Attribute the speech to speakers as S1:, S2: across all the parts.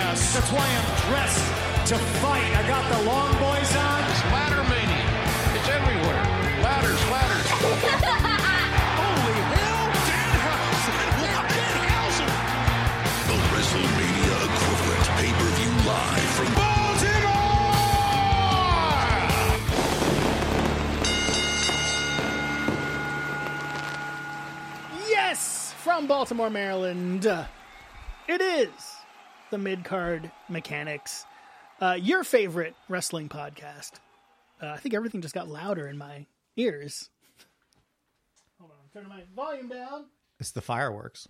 S1: I am dressed to fight. I got the long boys on.
S2: It's ladder mania. It's everywhere. Ladders, ladders.
S1: Holy hell!
S2: Danhausen.
S3: The WrestleMania equivalent pay per view live from
S2: Baltimore!
S4: Yes, from Baltimore, Maryland. It is the Mid Card Mechanics, uh, your favorite wrestling podcast. Uh, I think everything just got louder in my ears. Hold on, I'm turning my volume down.
S5: It's the fireworks.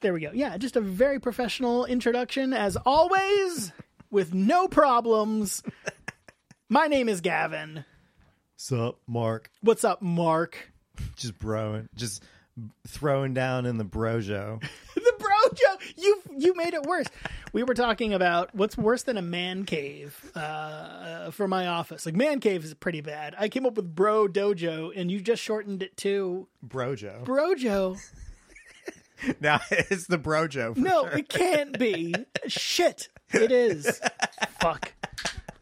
S4: There we go. Yeah, just a very professional introduction, as always, with no problems. My name is Gavin.
S5: Sup, Mark?
S4: What's up, Mark?
S5: Just broing, just throwing down in the brojo.
S4: the bro joke. You you made it worse. We were talking about what's worse than a man cave uh, uh, for my office. Like man cave is pretty bad. I came up with bro dojo, and you just shortened it to
S5: Brojo.
S4: brojo.
S5: Now it's the brojo. For
S4: No,
S5: sure.
S4: it can't be. Shit, it is. Fuck.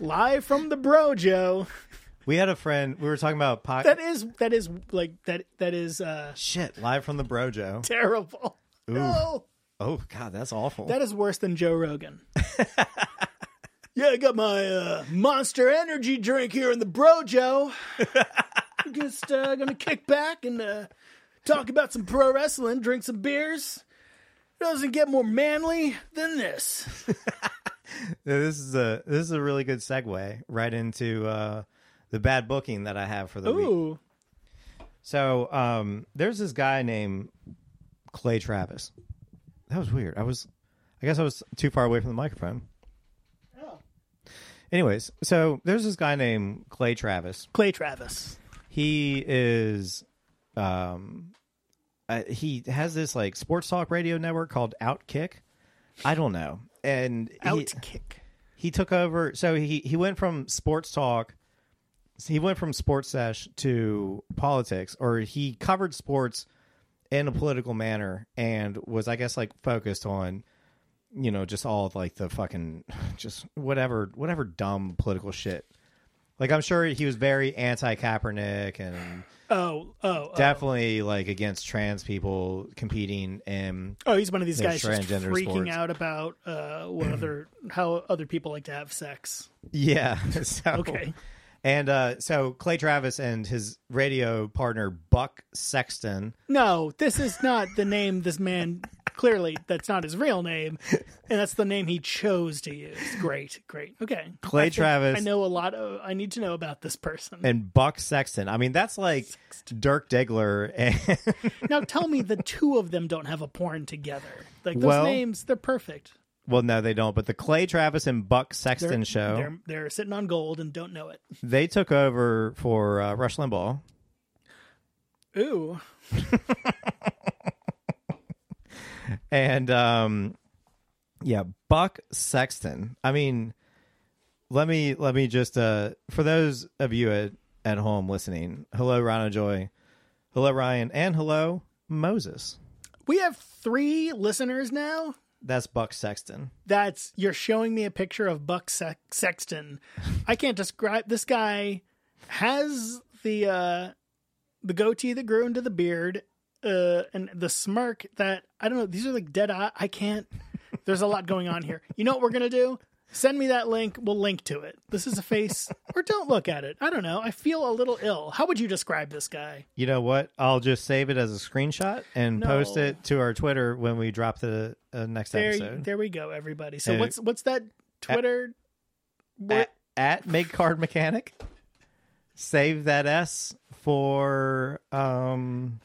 S4: Live from the brojo.
S5: we had a friend. We were talking about po-
S4: That is that is like that that is uh,
S5: shit live from the brojo.
S4: terrible. No.
S5: Oh god, that's awful.
S4: That is worse than Joe Rogan. yeah, I got my uh, Monster Energy drink here in the brojo. Just uh, gonna kick back and uh, talk about some pro wrestling, drink some beers. Doesn't get more manly than this.
S5: this is a this is a really good segue right into uh, the bad booking that I have for the week.
S4: Ooh,
S5: So um, there's this guy named Clay Travis. That was weird. I was, I guess I was too far away from the microphone. Anyways, so there's this guy named Clay Travis.
S4: Clay Travis.
S5: He is, um, uh, he has this like sports talk radio network called Outkick. I don't know. And he-
S4: Out kick.
S5: he took over so he he went from sports talk he went from sports sesh to politics or he covered sports in a political manner and was i guess like focused on you know just all of, like the fucking just whatever whatever dumb political shit like i'm sure he was very anti Kaepernick and
S4: Oh, oh, oh,
S5: definitely like against trans people competing in
S4: oh! He's one of these
S5: Yeah,
S4: guys just
S5: transgender
S4: freaking
S5: sports.
S4: out about uh, what other how other people like to have sex.
S5: Yeah. So,
S4: Okay.
S5: And uh, so Clay Travis and his radio partner Buck Sexton.
S4: No, this is not the name this man clearly that's not his real name and that's the name he chose to use. Great, great. Okay.
S5: Clay
S4: I think
S5: Travis.
S4: I know a lot of I need to know about this person.
S5: And Buck Sexton. I mean, that's like Dirk Diggler. And
S4: now tell me the two of them don't have a porn together. Like those
S5: Well,
S4: names, they're perfect.
S5: well, no, they don't. But the Clay Travis and Buck Sexton
S4: They're,
S5: show,
S4: They're they're sitting on gold and don't know it.
S5: they took over for uh, Rush Limbaugh.
S4: Ooh.
S5: And um, yeah, Buck Sexton. I mean, let me let me just uh, for those of you at, at home listening, hello Rhino Joy, hello Ryan, and hello Moses.
S4: We have 3 listeners now.
S5: That's Buck Sexton.
S4: That's you're showing me a picture of Buck Sex- Sexton. I can't describe this guy has the uh the goatee that grew into the beard uh and the smirk that I don't know these are like dead eye I can't there's a lot going on here. You know what we're going to do? Send me that link. We'll link to it. This is a face or don't look at it. I don't know. I feel a little ill. How would you describe this guy?
S5: You know what? I'll just save it as a screenshot and
S4: No.
S5: post it to our Twitter when we drop the uh, next
S4: There
S5: episode.
S4: there we go everybody. So
S5: Hey.
S4: what's what's that Twitter
S5: at, at Make Card Mechanic. Save that S for um,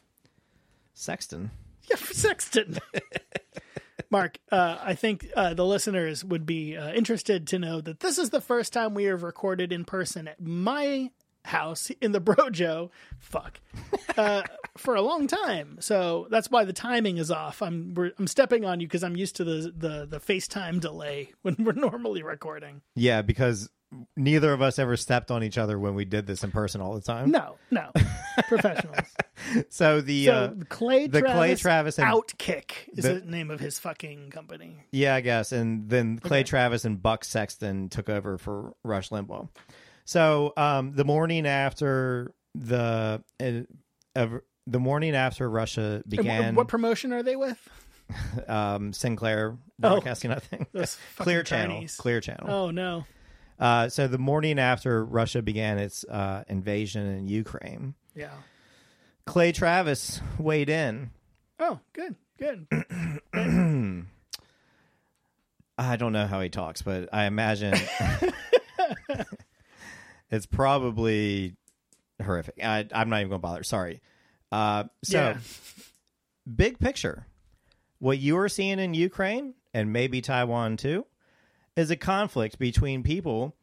S5: Sexton.
S4: Yeah, for Sexton. Mark, uh, I think uh, the listeners would be uh, interested to know that this is the first time we have recorded in person at my house in the Brojo. Fuck. Uh, for a long time, so that's why the timing is off. I'm we're, I'm stepping on you because I'm used to the the the FaceTime delay when we're normally recording.
S5: Yeah, because neither of us ever stepped on each other when we did this in person all the time.
S4: No, no, professionals.
S5: So the
S4: So
S5: uh,
S4: Clay
S5: the
S4: Travis,
S5: Clay Travis and
S4: Outkick is
S5: the-
S4: the, name of his fucking company.
S5: yeah, I guess, and then Clay Travis and Buck Sexton took over for Rush Limbaugh. So um, the morning after the uh, of- the morning after
S4: And
S5: Russia
S4: wh-
S5: began
S4: what promotion are they with?
S5: um, Sinclair broadcasting, I think
S4: Oh. Those fucking
S5: Clear Channel,
S4: Chinese.
S5: Clear Channel.
S4: Oh no,
S5: Uh, so the morning after Russia began its uh, invasion in Ukraine,
S4: yeah.
S5: Clay Travis weighed in.
S4: Oh, good, good.
S5: I don't know how he talks, but I imagine it's probably horrific. I, I'm not even going to bother. Sorry. Uh, so,
S4: Yeah.
S5: big picture, what you are seeing in Ukraine and maybe Taiwan too is a conflict between people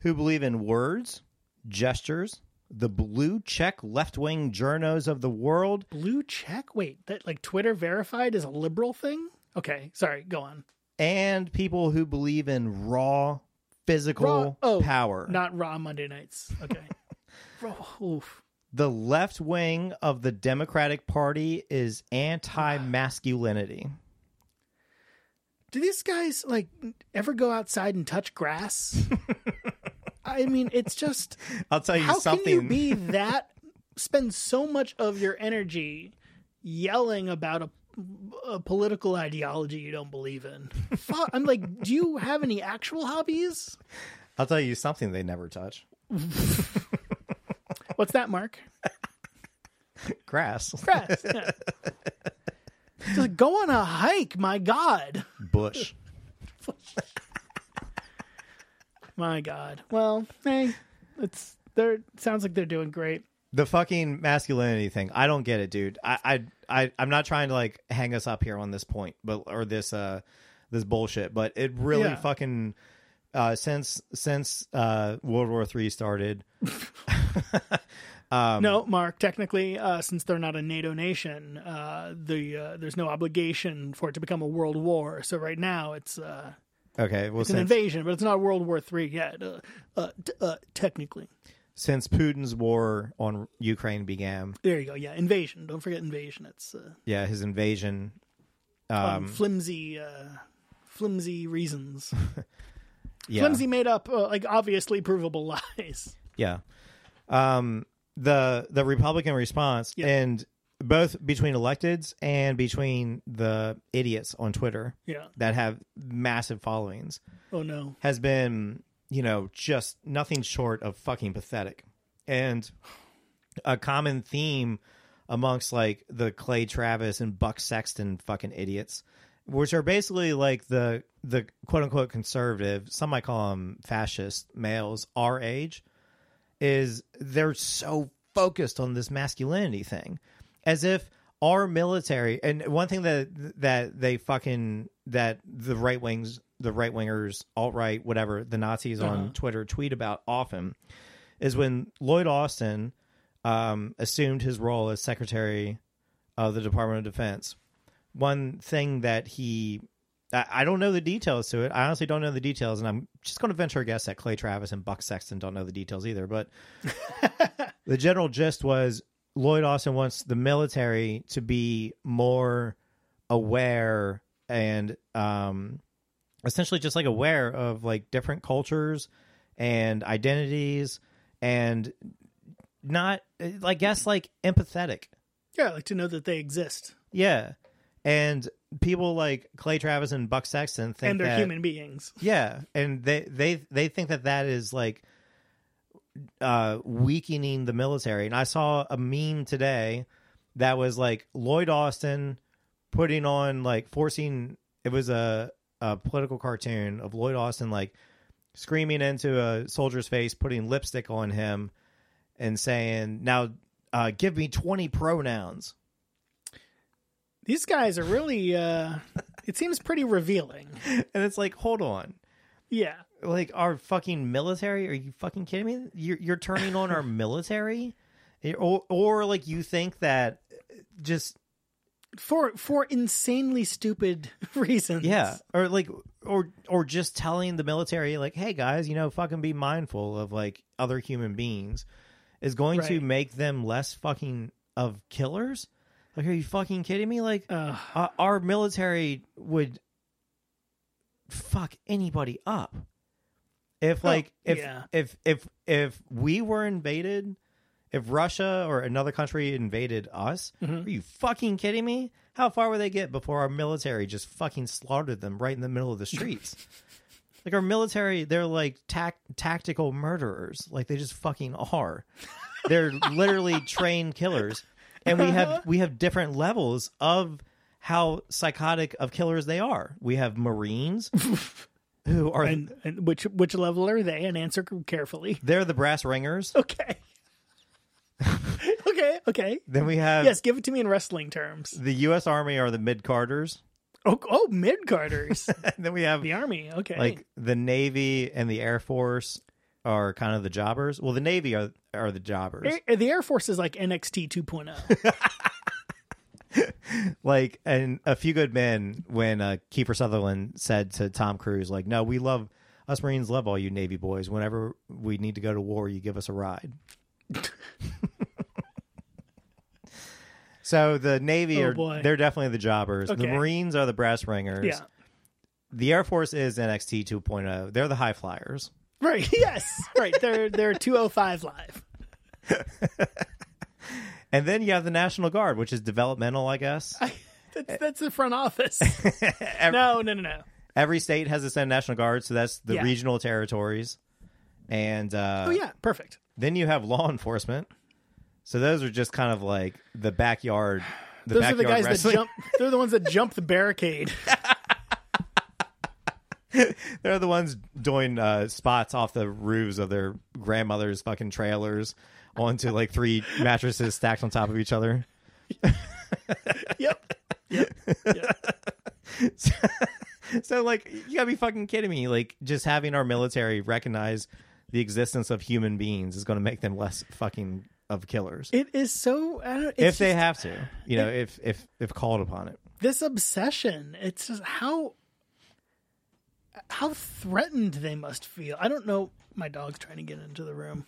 S5: who believe in words, gestures, the blue check left wing journos of the world,
S4: Blue check. Wait, that like Twitter verified is a liberal thing? Okay, sorry. Go on.
S5: and people who believe in raw
S4: Raw-
S5: physical
S4: oh,
S5: power.
S4: Not raw Monday nights. Okay. Raw- oof.
S5: the left wing of the Democratic Party is anti masculinity.
S4: Do these guys like ever go outside and touch grass? I mean, it's just
S5: I'll tell you
S4: how
S5: something.
S4: can you be that spend so much of your energy yelling about a, a political ideology you don't believe in Fuck, i'm like do you have any actual hobbies
S5: I'll tell you something they never touch.
S4: what's that mark
S5: Grass,
S4: grass yeah. just go on a hike my god
S5: bush.
S4: my god well hey it's they're sounds like they're doing great
S5: The fucking masculinity thing. I don't get it, dude. I, I, I, I'm not trying to like hang us up here on this point, but or this, uh, this bullshit. But it really
S4: Yeah.
S5: fucking uh, since since uh, World War Three started,
S4: no, Mark. Technically, uh, since they're not a NATO nation, uh, the uh, there's no obligation for it to become a world war. So right now, it's uh,
S5: Okay, well,
S4: it's an
S5: since,
S4: invasion, but it's not World War Three yet. Uh, uh, t- uh, technically,
S5: since Putin's war on Ukraine began,
S4: there you go. Yeah, invasion. Don't forget invasion. It's uh,
S5: yeah, his invasion
S4: on flimsy, uh, flimsy reasons.
S5: yeah.
S4: Flimsy made up, uh, like obviously provable lies.
S5: Yeah. Um the the Republican response
S4: Yeah.
S5: and both between electeds and between the idiots on Twitter
S4: Yeah.
S5: that have massive followings
S4: Oh no.
S5: has been, you know, just nothing short of fucking pathetic. And a common theme amongst like the Clay Travis and Buck Sexton fucking idiots, which are basically like the the quote unquote conservative, some might call them fascist males our age, is they're so focused on this masculinity thing, as if our military and one thing that that they fucking that the right wings the right wingers alt right whatever the Nazis on Twitter tweet about often is when Lloyd Austin um, assumed his role as Secretary of the Department of Defense. One thing that he, I, I don't know the details to it. I honestly don't know the details, and I'm just going to venture a guess that Clay Travis and Buck Sexton don't know the details either. But the general gist was Lloyd Austin wants the military to be more aware and um, essentially just like aware of like different cultures and identities and not I guess like empathetic.
S4: Yeah, I like to know that they exist
S5: Yeah. And people like Clay Travis and Buck Sexton think
S4: and they're
S5: that,
S4: human beings.
S5: Yeah, and they they they think that that is like uh weakening the military. And I saw a meme today that was like Lloyd Austin putting on like forcing it was a a political cartoon of Lloyd Austin like screaming into a soldier's face, putting lipstick on him and saying, "Now uh give me 20 pronouns."
S4: These guys are really. Uh, it seems pretty revealing.
S5: And it's like, "Hold on.
S4: Yeah.
S5: like our fucking military are you fucking kidding me you're, you're turning on Eh, our military or, or like you think that eh, just
S4: for for insanely stupid reasons.
S5: Yeah, or like, or or just telling the military, like, hey guys, you know, fucking be mindful of like other human beings, is going to
S4: Right.
S5: make them less fucking of killers. Like, are you fucking kidding me? Like, uh, our military would fuck anybody up if like if
S4: yeah.
S5: if if if we were invaded if Russia or another country invaded us, are you fucking kidding me? How far would they get before our military just fucking slaughtered them right in the middle of the streets? like our military, they're like tac- tactical murderers. Like they just fucking are. They're literally trained killers, and we have we have different levels of how psychotic of killers they are. We have Marines who are
S4: And, and which which level are they? And answer carefully.
S5: they're the brass ringers.
S4: Okay. okay. Okay.
S5: Then we have
S4: Yes, give it to me in wrestling terms.
S5: the U.S. Army are the mid Carters.
S4: Oh, oh mid Carters,
S5: And then we have
S4: the army. Okay.
S5: like the Navy and the Air Force are kind of the jobbers. Well, the Navy are are the jobbers.
S4: Air- the Air Force is like NXT 2.0.
S5: Like, and a few good men when uh, Kiefer Sutherland said to Tom Cruise, like, "No, we love us Marines. Love all you Navy boys. Whenever we need to go to war, you give us a ride." so the Navy
S4: Oh,
S5: are
S4: boy.
S5: they're definitely the jobbers. The
S4: Okay.
S5: Marines are the brass ringers.
S4: yeah.
S5: The Air Force is NXT 2.0. oh. They're the high flyers.
S4: Right. Yes. Right. They're they're 205 live.
S5: And then you have the National Guard, which is developmental, I guess. Eh.
S4: That's that's the front office. no, no, no, no.
S5: Every state has its own National Guard, so that's the
S4: Yeah.
S5: regional territories. And uh,
S4: Oh yeah, perfect.
S5: then you have law enforcement. So those are just kind of like the backyard. The
S4: Those are
S5: backyard
S4: the guys
S5: wrestling.
S4: that jump. They're the ones that jump the barricade.
S5: They're the ones doing uh, spots off the roofs of their grandmother's fucking trailers onto like three mattresses stacked on top of each other.
S4: Yep.
S5: So like you gotta be fucking kidding me. Like just having our military recognize the existence of human beings is gonna make them less fucking of killers.
S4: It is so. I don't, it's
S5: if they
S4: just
S5: have to. You know, if if if called upon it.
S4: this obsession, it's just how how threatened they must feel. I don't know. My dog's trying to get into the room,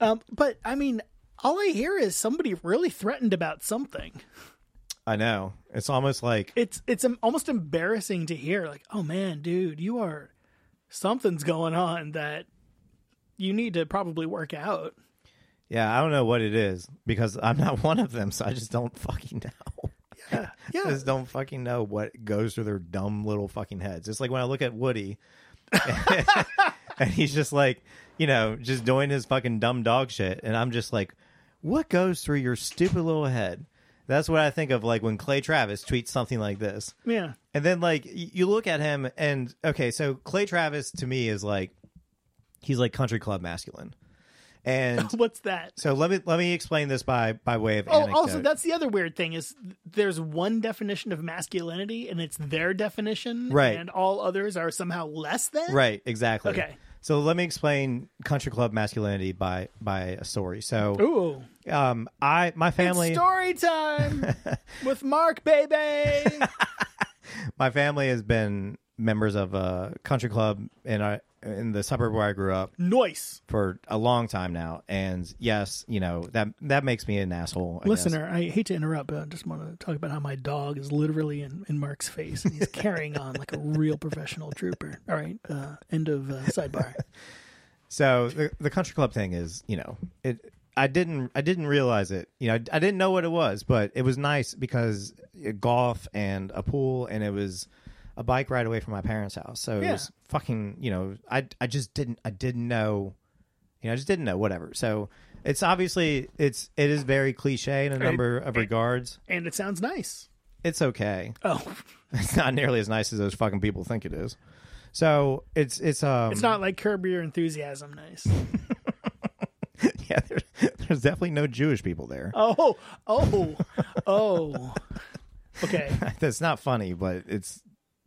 S4: um, but I mean, all I hear is somebody really threatened about something.
S5: I know. It's almost like
S4: It's it's um, almost embarrassing to hear. Like, oh man, dude, you are something's going on that you need to probably work out.
S5: yeah, I don't know what it is because I'm not one of them, so I just don't fucking know.
S4: Yeah,
S5: I just don't fucking know what goes through their dumb little fucking heads. It's like when I look at Woody and he's just like, you know, just doing his fucking dumb dog shit. And I'm just like, what goes through your stupid little head? That's what I think of like when Clay Travis tweets something like this.
S4: yeah,
S5: And then like y- you look at him and okay, so Clay Travis to me is like he's like country club masculine. And
S4: what's that?
S5: so let me let me explain this by by way of
S4: Oh,
S5: anecdote.
S4: also that's the other weird thing is th- there's one definition of masculinity and it's their definition,
S5: Right.
S4: And all others are somehow less than.
S5: Right, exactly.
S4: Okay.
S5: So let me explain country club masculinity by by a story. So
S4: Ooh,
S5: um I my family
S4: story time with Mark, baby.
S5: my family has been members of a country club in our in the suburb where I grew up
S4: Noise,
S5: for a long time now. And yes, you know, that that makes me an asshole. I guess.
S4: listener. I hate to interrupt, but I just want to talk about how my dog is literally in, in Mark's face and he's carrying on like a real professional trooper. All right, uh, end of uh, sidebar.
S5: So the, the country club thing is, you know, it. I didn't. I didn't realize it. You know, I, I didn't know what it was, but it was nice because golf and a pool, and it was a bike ride away from my parents' house. So it
S4: Yeah.
S5: was fucking. You know, I. I just didn't. I didn't know. You know, I just didn't know. Whatever. So it's obviously it's it is very cliche in a number of regards.
S4: And it sounds nice.
S5: It's okay.
S4: Oh,
S5: It's not nearly as nice as those fucking people think it is. So it's it's um
S4: it's not like curb your enthusiasm. Nice.
S5: yeah. There, there's definitely no Jewish people there.
S4: Oh, oh, oh. Okay.
S5: That's not funny, but it's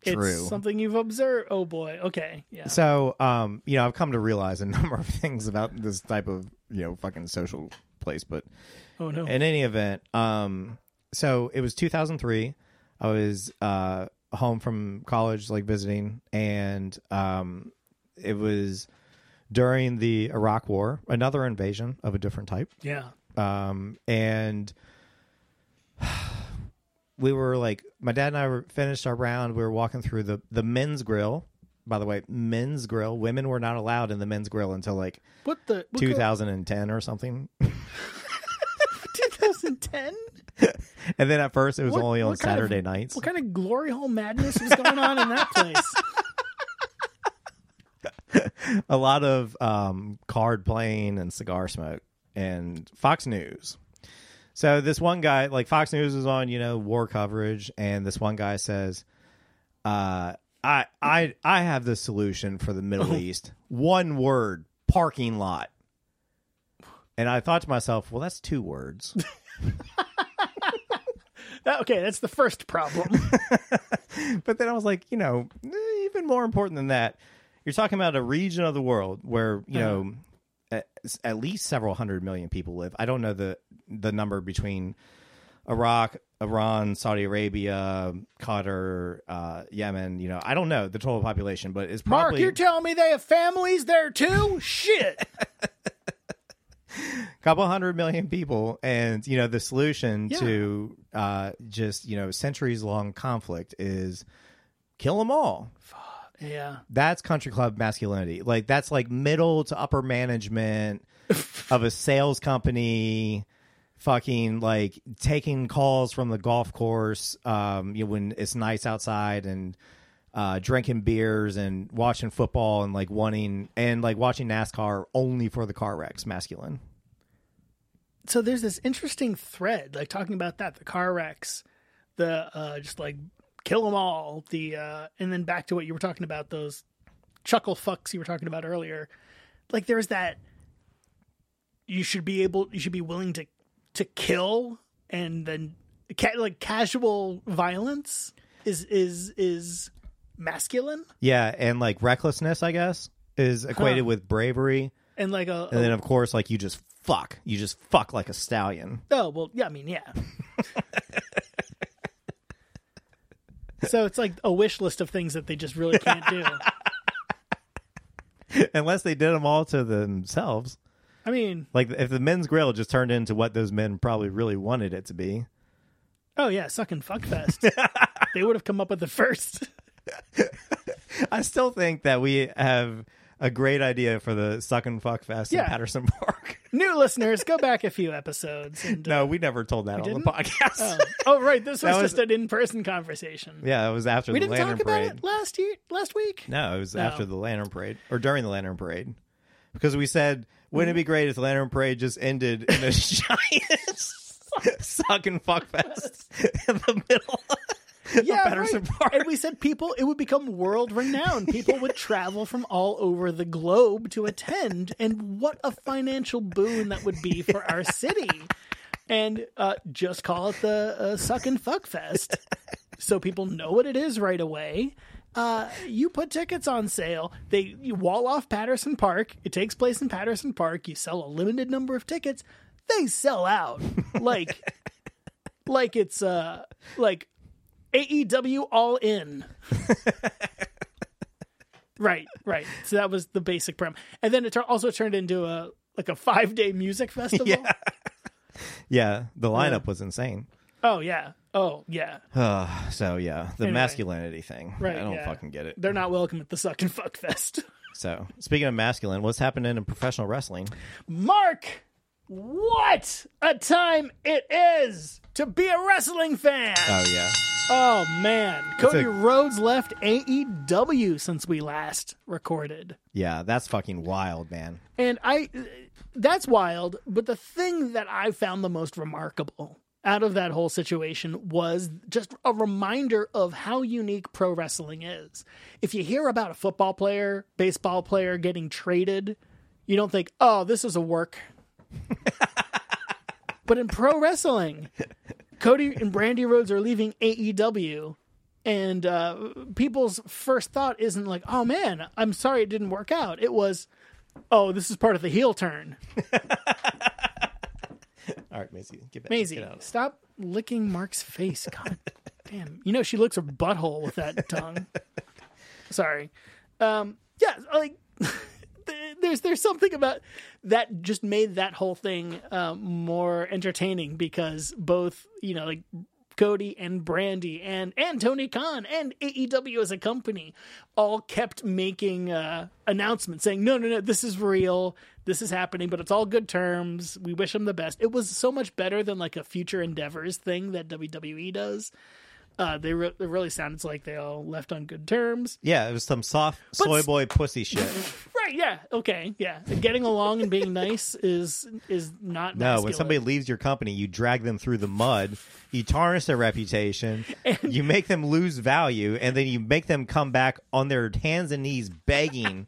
S5: true.
S4: It's something you've observed. Oh boy. Okay. Yeah.
S5: so, um, you know, I've come to realize a number of things about this type of, you know, fucking social place, but
S4: oh no.
S5: in any event, um, so it was 2003. I was uh, home from college, like visiting, and um, it was during the Iraq War, another invasion of a different type
S4: Yeah.
S5: um, and we were like my dad and i were finished our round we were walking through the the men's grill by the way men's grill women were not allowed in the men's grill until like
S4: What the what
S5: 2010 or something
S4: 2010?
S5: and then at first it was
S4: What-
S5: only on
S4: what kind of-
S5: saturday nights
S4: What kind of glory hole madness was going on in that place?
S5: a lot of um, card playing and cigar smoke and Fox News. So this one guy, like Fox News is on, you know, war coverage, and this one guy says, uh, "I, I, I have the solution for the Middle East. One word: parking lot." And I thought to myself, "Well, that's two words."
S4: That- okay, that's the first problem.
S5: but then I was like, you know, eh, even more important than that, you're talking about a region of the world where you
S4: Uh-huh.
S5: know at, at least several hundred million people live. I don't know the the number between Iraq, Iran, Saudi Arabia, Qatar, uh, Yemen. You know, I don't know the total population, but it's
S4: Mark,
S5: probably
S4: you're telling me they have families there too? Shit.
S5: couple hundred million people and you know the solution
S4: Yeah.
S5: to uh just you know centuries long conflict is kill them all
S4: Yeah.
S5: that's country club masculinity. Like that's like middle to upper management of a sales company, fucking like taking calls from the golf course um, you know, when it's nice outside and uh, drinking beers and watching football and like wanting and like watching NASCAR only for the car wrecks. Masculine.
S4: so there's this interesting thread like talking about that the car wrecks the uh just like kill them all the uh and then back to what you were talking about those chuckle fucks you were talking about earlier like there's that you should be able you should be willing to to kill and then ca- like casual violence is is is masculine
S5: Yeah, and like recklessness, I guess, is equated
S4: Huh.
S5: with bravery.
S4: and like a,
S5: And then of course, like you just fuck, you just fuck like a stallion.
S4: Oh well, yeah. I mean, yeah. so it's like a wish list of things that they just really can't do.
S5: Unless they did them all to themselves.
S4: I mean,
S5: Like if the men's grill just turned into what those men probably really wanted it to be.
S4: oh yeah, suck and fuck fest. they would have come up with the first.
S5: I still think that we have a great idea for the suck and fuck fest
S4: Yeah.
S5: in Patterson Park.
S4: New listeners, go back a few episodes. And, uh,
S5: no, we never told that on
S4: didn't?
S5: the podcast.
S4: oh, oh, right, this was,
S5: That was-
S4: just an in-person conversation.
S5: yeah, it was after
S4: we
S5: the
S4: didn't
S5: lantern
S4: talk about
S5: parade.
S4: it last year, last week.
S5: No, it was after the lantern parade or during the lantern parade. Because we said, wouldn't it
S4: Mm-hmm.
S5: be great if the lantern parade just ended in a giant suck and fuck fest in the middle?
S4: yeah,
S5: Patterson
S4: right.
S5: Park.
S4: And we said people, it would become world renowned. People would travel from all over the globe to attend, and what a financial boon that would be for our city. And uh, just call it the uh, Suck and Fuck Fest, so people know what it is right away. Uh, you put tickets on sale. They you wall off Patterson Park. It takes place in Patterson Park. You sell a limited number of tickets. They sell out like like it's uh like AEW E All In. right, right. So that was the basic prem, and then it tur- also turned into a like a five day music festival.
S5: Yeah. Yeah, the lineup was insane.
S4: Oh yeah. Oh yeah.
S5: Uh, so yeah, the
S4: Anyway.
S5: masculinity thing.
S4: Right.
S5: I don't
S4: yeah.
S5: fucking get it.
S4: They're not welcome at the suck and fuck fest.
S5: So speaking of masculine, what's happening in professional wrestling?
S4: Mark, what a time it is to be a wrestling fan.
S5: Oh yeah,
S4: oh man, Cody
S5: a-
S4: Rhodes left AEW since we last recorded.
S5: yeah, that's fucking wild, man.
S4: And I that's wild, but the thing that I found the most remarkable out of that whole situation was just a reminder of how unique pro wrestling is. If you hear about a football player, baseball player getting traded, you don't think, "Oh, this is a work." but in pro wrestling, Cody and Brandy Rhodes are leaving AEW and uh, people's first thought isn't like, "Oh man, I'm sorry it didn't work out." It was, "Oh, this is part of the heel turn."
S5: All All right, Maisie, get back.
S4: Maisie,
S5: get out.
S4: stop licking Mark's face. God damn. You know she licks her butthole with that tongue. Sorry. Um yeah, like th- there's there's something about that just made that whole thing um, more entertaining because both, you know, like Cody and Brandy and and Tony Khan and AEW as a company all kept making uh, announcements saying no no no this is real this is happening but it's all good terms we wish them the best it was so much better than like a future endeavors thing that WWE does uh, they re- it really sounds like they all left on good terms
S5: Yeah, it was some soft soy
S4: s-
S5: boy pussy shit.
S4: right yeah okay yeah getting along and being nice is is not
S5: No, when
S4: masculine.
S5: somebody leaves your company, you drag them through the mud, you tarnish their reputation, you make them lose value, and then you make them come back on their hands and knees begging.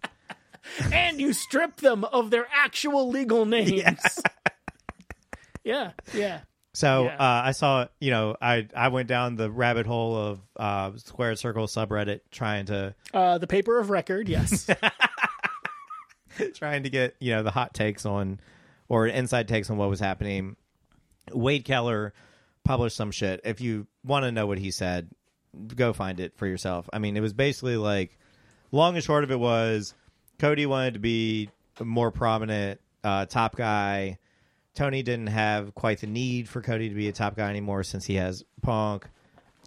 S4: and you strip them of their actual legal names yeah, yeah.
S5: So
S4: Yeah.
S5: uh, I saw, you know, I I went down the rabbit hole of uh, Squared Circle subreddit trying to
S4: Uh, the paper of record, yes.
S5: trying to get you know the hot takes on or inside takes on what was happening. Wade Keller published some shit. If you want to know what he said, go find it for yourself. I mean, it was basically like long and short of it was Cody wanted to be a more prominent uh, top guy. Tony didn't have quite the need for Cody to be a top guy anymore since he has Punk,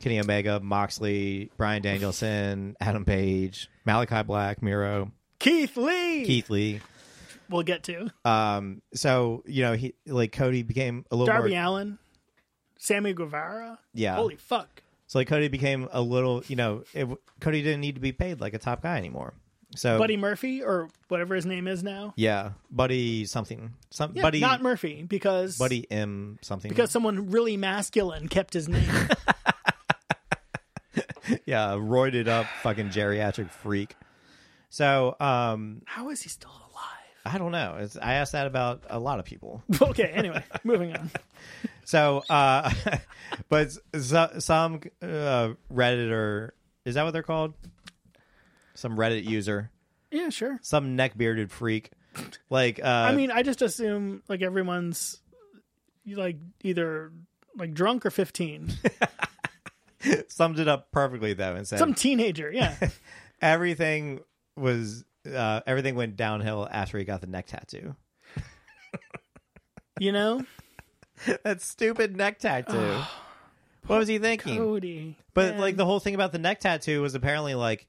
S5: Kenny Omega, Moxley, Brian Danielson, Adam Page, Malachi Black, Miro,
S4: Keith Lee.
S5: Keith Lee.
S4: We'll get to
S5: Um, so you know, he like Cody became a little
S4: Darby
S5: more.
S4: Allen, Sammy Guevara.
S5: Yeah.
S4: Holy fuck.
S5: So like Cody became a little. You know, it, Cody didn't need to be paid like a top guy anymore. So
S4: Buddy Murphy or whatever his name is now.
S5: yeah, buddy something, some
S4: Yeah,
S5: buddy,
S4: not Murphy because
S5: buddy M something.
S4: because someone really masculine kept his name.
S5: yeah, roided up fucking geriatric freak. So um,
S4: How is he still alive?
S5: I don't know. It's, I asked that about a lot of people.
S4: Okay, anyway, moving on.
S5: So, uh, but so, some uh, Redditor is that what they're called? Some Reddit user.
S4: Yeah, sure.
S5: some neck bearded freak. Like uh
S4: I mean, I just assume like everyone's like either like drunk or 15.
S5: summed it up perfectly though and said
S4: Some teenager, yeah.
S5: everything was uh everything went downhill after he got the neck tattoo.
S4: You know?
S5: That stupid neck tattoo. what was he thinking?
S4: Cody.
S5: But
S4: Oh, man.
S5: like the whole thing about the neck tattoo was apparently like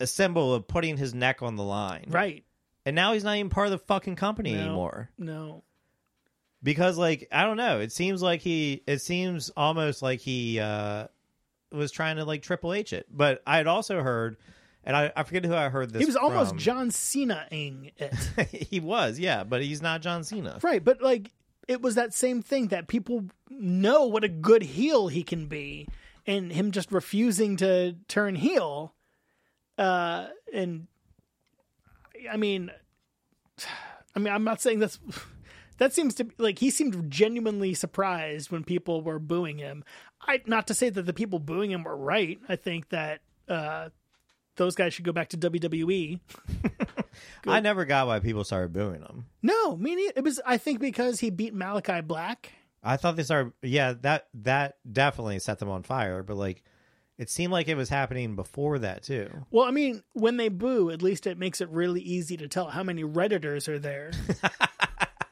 S5: a symbol of putting his neck on the line.
S4: right.
S5: And now he's not even part of the fucking company
S4: No.
S5: anymore.
S4: No.
S5: because like i don't know it seems like he it seems almost like he uh was trying to like triple h it but i had also heard and i, I forget who i heard this
S4: He was almost
S5: from.
S4: John Cena-ing it.
S5: he was yeah but he's not john cena
S4: Right, but like it was that same thing that people know what a good heel he can be, and him just refusing to turn heel. Uh, and I mean, I mean, I'm not saying that's that seems to be like he seemed genuinely surprised when people were booing him. I not to say that the people booing him were right. I think that uh, those guys should go back to E. WWE.
S5: i never got why people started booing him
S4: No, me neither. It was I think because he beat Malachi Black.
S5: i thought they started yeah that that definitely set them on fire but like it seemed like it was happening before that too
S4: Well, I mean, when they boo, at least it makes it really easy to tell how many redditors are there.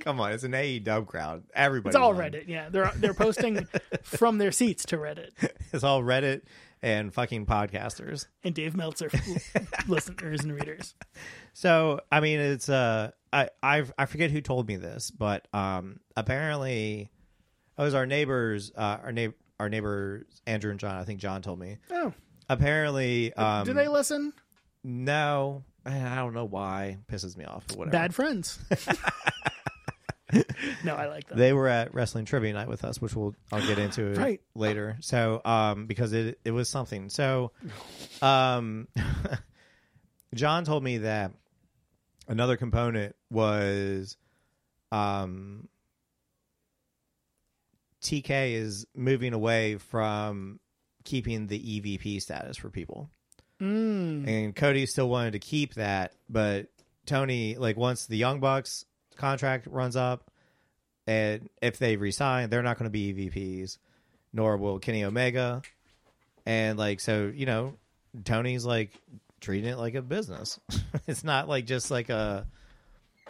S5: come on it's an aew crowd everybody
S4: It's all
S5: won.
S4: Reddit, yeah. They're they're posting from their seats to Reddit,
S5: it's all reddit and fucking podcasters
S4: and Dave Meltzer listeners and readers.
S5: So I mean, it's uh, I I I forget who told me this, but um, apparently, it was our neighbors, uh, our neighbor, our neighbors Andrew and John. I think John told me.
S4: Oh,
S5: Apparently, um,
S4: do they listen?
S5: No, I don't know why. Pisses me off. But whatever.
S4: Bad friends. no, I like that.
S5: They were at wrestling trivia night with us, which we'll I'll get into
S4: Right.
S5: later. So, um, because it it was something. So, um, John told me that another component was, um, TK is moving away from keeping the EVP status for people
S4: Mm,
S5: and Cody still wanted to keep that, but Tony, like once the Young Bucks contract runs up, and if they resign, they're not going to be EVPs, nor will Kenny Omega, and like so, you know, Tony's like treating it like a business. it's not like just like a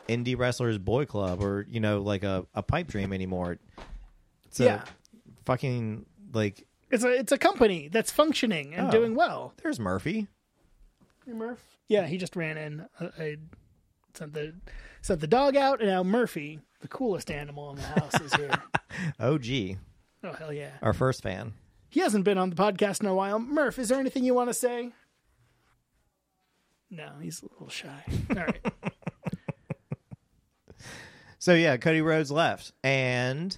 S5: indie wrestlers boy club or you know like a, a pipe dream anymore. It's a
S4: Yeah.
S5: fucking like
S4: It's a it's a company that's functioning and
S5: Oh.
S4: doing well.
S5: there's Murphy.
S4: Murph. Yeah, he just ran in. I, I sent the sent the dog out, and now Murphy, the coolest animal in the house, is here.
S5: OG,
S4: Oh hell yeah!
S5: our first fan.
S4: He hasn't been on the podcast in a while. Murph, is there anything you want to say? No, he's a little shy. All right.
S5: So yeah, Cody Rhodes left and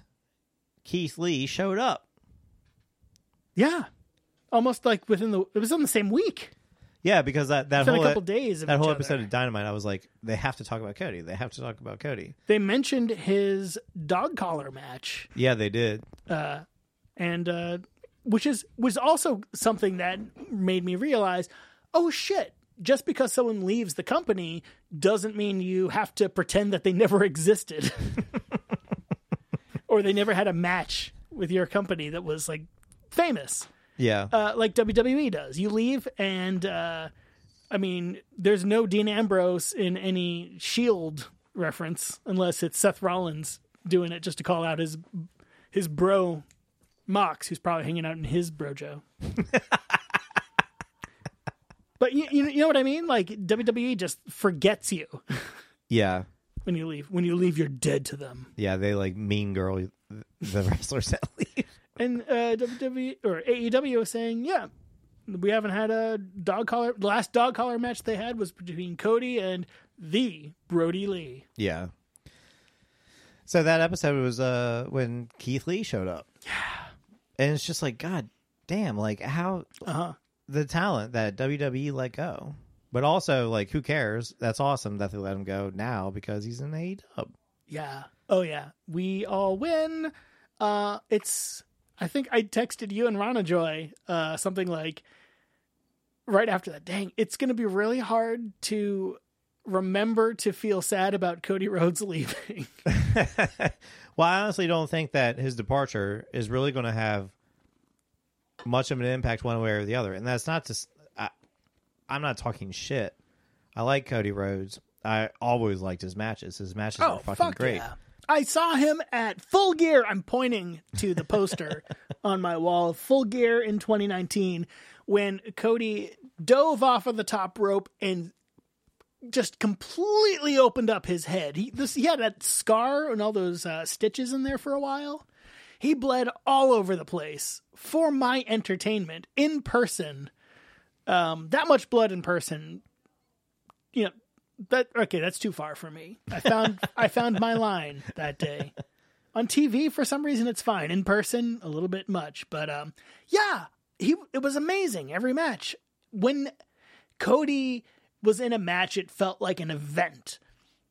S5: Keith Lee showed up.
S4: yeah, almost like within the it was in the same week.
S5: Yeah, because that that
S4: Within a
S5: whole
S4: couple days of
S5: that
S4: each
S5: whole
S4: other.
S5: episode of Dynamite, I was like, they have to talk about Cody. They have to talk about Cody.
S4: They mentioned his dog collar match,
S5: Yeah, they did.
S4: and uh, which is was also something that made me realize, oh shit. Just because someone leaves the company doesn't mean you have to pretend that they never existed or they never had a match with your company that was like famous.
S5: Yeah,
S4: uh, like WWE does. You leave, and uh, I mean, there's no Dean Ambrose in any Shield E reference unless it's Seth Rollins doing it just to call out his his bro Mox, who's probably hanging out in his brojo. but you, you you know what I mean? Like WWE just forgets you
S5: yeah,
S4: when you leave. When you leave, you're dead to them.
S5: yeah. They like mean girl the wrestlers that leave.
S4: and uh, WWE or AEW was saying, yeah, we haven't had a dog collar. The last dog collar match they had was between Cody and the Brody Lee.
S5: Yeah. So that episode was uh when Keith Lee showed up. Yeah. And it's just like, God damn, like how
S4: Uh-huh.
S5: the talent that WWE let go. But also like who cares? That's awesome that they let him go now because he's E in AEW.
S4: Yeah. Oh yeah. We all win. Uh, it's. I think I texted you and Rana Joy uh, something like right after that. Dang, it's going to be really hard to remember to feel sad about Cody Rhodes leaving.
S5: well, I honestly don't think that his departure is really going to have much of an impact one way or the other. And that's not to, s- I, am not talking shit. I like Cody Rhodes. I always liked his matches. His matches
S4: Oh,
S5: are fucking great.
S4: I saw him at Full Gear. I'm pointing to the poster on my wall. Full Gear in 2019 when Cody dove off of the top rope and just completely opened up his head. He this he had that scar and all those uh, stitches in there for a while. He bled all over the place for my entertainment in person. Um, that much blood in person, you know, that okay, that's too far for me. I found I found my line that day. On TV, for some reason, it's fine. In person, a little bit much, but um, yeah, he it was amazing every match. When Cody was in a match, it felt like an event.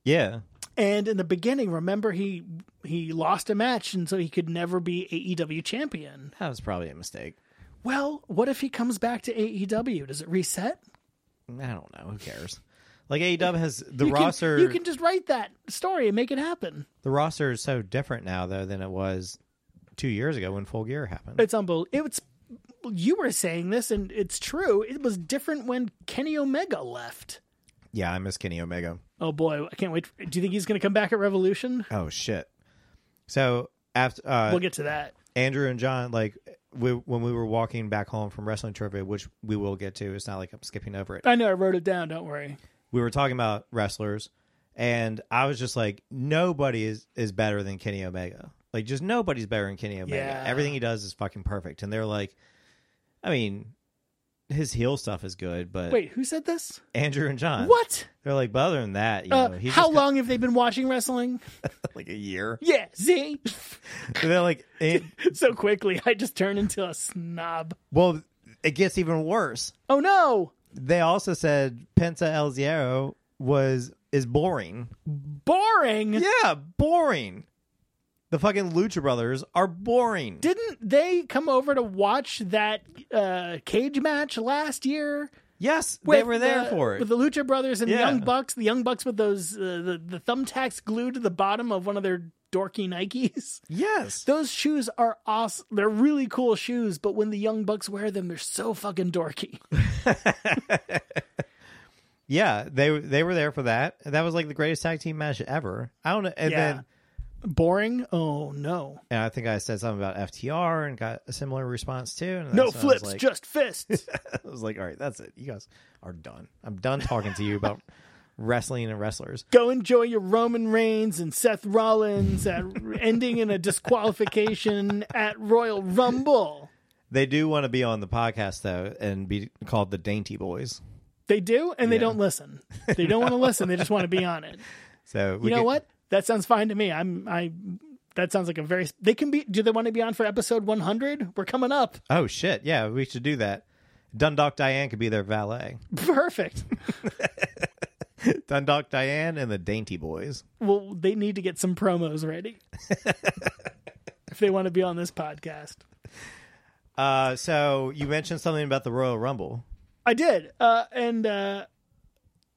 S5: Yeah.
S4: And in the beginning, remember he he lost a match, and so he could never be AEW champion.
S5: That was probably a mistake.
S4: Well, what if he comes back to AEW? Does it reset?
S5: I don't know. Who cares? Like AEW has the
S4: You can-
S5: roster.
S4: you can just write that story and make it happen.
S5: the roster is so different now though than it was two years ago when Full Gear happened.
S4: It's unbelievable. It's you were saying this, and it's true. It was different when Kenny Omega left.
S5: yeah, I miss Kenny Omega.
S4: Oh boy, I can't wait. Do you think he's going to come back at Revolution?
S5: Oh shit. So after uh,
S4: We'll get to that.
S5: Andrew and John, like we, when we were walking back home from wrestling trivia, which we will get to. It's not like I'm skipping over it.
S4: I know I wrote it down. Don't worry.
S5: We were talking about wrestlers, and I was just like, nobody is is better than Kenny Omega. Like, just nobody's better than Kenny Omega.
S4: Yeah.
S5: Everything he does is fucking perfect. And they're like, I mean, his heel stuff is good, but
S4: Wait, who said this?
S5: Andrew and John,
S4: What?
S5: They're like, but other than that, you
S4: Uh,
S5: know, Uh, he
S4: how
S5: just got,
S4: long have they been watching wrestling?
S5: like a year.
S4: Yeah, see,
S5: And they're like, it,
S4: so quickly I just turned into a snob.
S5: well, it gets even worse.
S4: Oh no,
S5: they also said Penta El Zero was is boring.
S4: boring.
S5: Yeah, boring. The fucking Lucha Brothers are boring.
S4: Didn't they come over to watch that uh, cage match last year?
S5: yes, they
S4: with
S5: were there
S4: the-
S5: for it.
S4: with the Lucha Brothers and
S5: Yeah.
S4: Young Bucks. The Young Bucks with those uh, the the thumbtacks glued to the bottom of one of their dorky Nikes.
S5: Yes.
S4: Those shoes are awesome. They're really cool shoes, but when the young bucks wear them, they're so fucking dorky.
S5: Yeah, they they were there for that. That was like the greatest tag team match ever. I don't know. And
S4: Yeah.
S5: then
S4: Boring? Oh no.
S5: and I think I said something about FTR and got a similar response too. And
S4: No
S5: that's when I was
S4: flips,
S5: like-
S4: just fists.
S5: I was like, all right, that's it. You guys are done. I'm done talking to you about wrestling and wrestlers.
S4: Go enjoy your Roman Reigns and Seth Rollins at, ending in a disqualification at Royal Rumble.
S5: They do want to be on the podcast though and be called the Dainty Boys.
S4: They do, and they don't listen. They don't want to listen. They just want to be on it.
S5: So we
S4: You know
S5: could-
S4: what? That sounds fine to me. I'm I. That sounds like a very. They can be. Do they want to be on for episode 100? We're coming up.
S5: Oh shit! Yeah, we should do that. Dundalk Diane could be their valet.
S4: Perfect.
S5: Dundalk Diane and the Dainty Boys.
S4: Well, they need to get some promos ready if they want to be on this podcast.
S5: Uh, so you mentioned something about the Royal Rumble.
S4: I did. Uh, and, uh,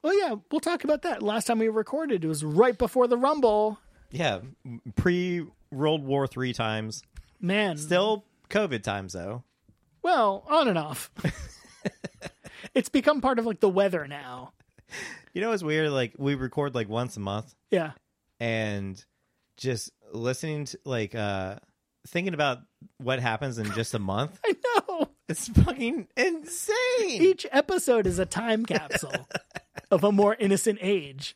S4: well, yeah, we'll talk about that. Last time we recorded, it was right before the Rumble.
S5: Yeah, pre World War three times.
S4: Man.
S5: Still COVID times though.
S4: Well, on and off. it's become part of like the weather now.
S5: You know what's weird? Like we record like once a month,
S4: Yeah.
S5: and just listening to like uh thinking about what happens in just a month.
S4: I know.
S5: it's fucking insane.
S4: Each episode is a time capsule of a more innocent age.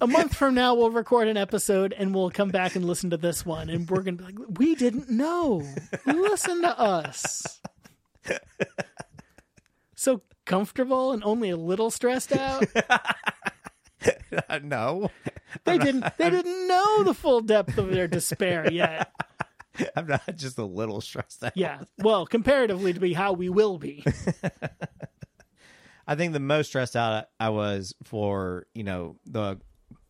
S4: A month from now, we'll record an episode and we'll come back and listen to this one. And we're going to be like, we didn't know. Listen to us. So comfortable and only a little stressed out.
S5: no,
S4: They didn't. They didn't know the full depth of their despair yet.
S5: I'm not just a little stressed out.
S4: Yeah. Well, comparatively to be how we will be.
S5: I think the most stressed out I I was for you know the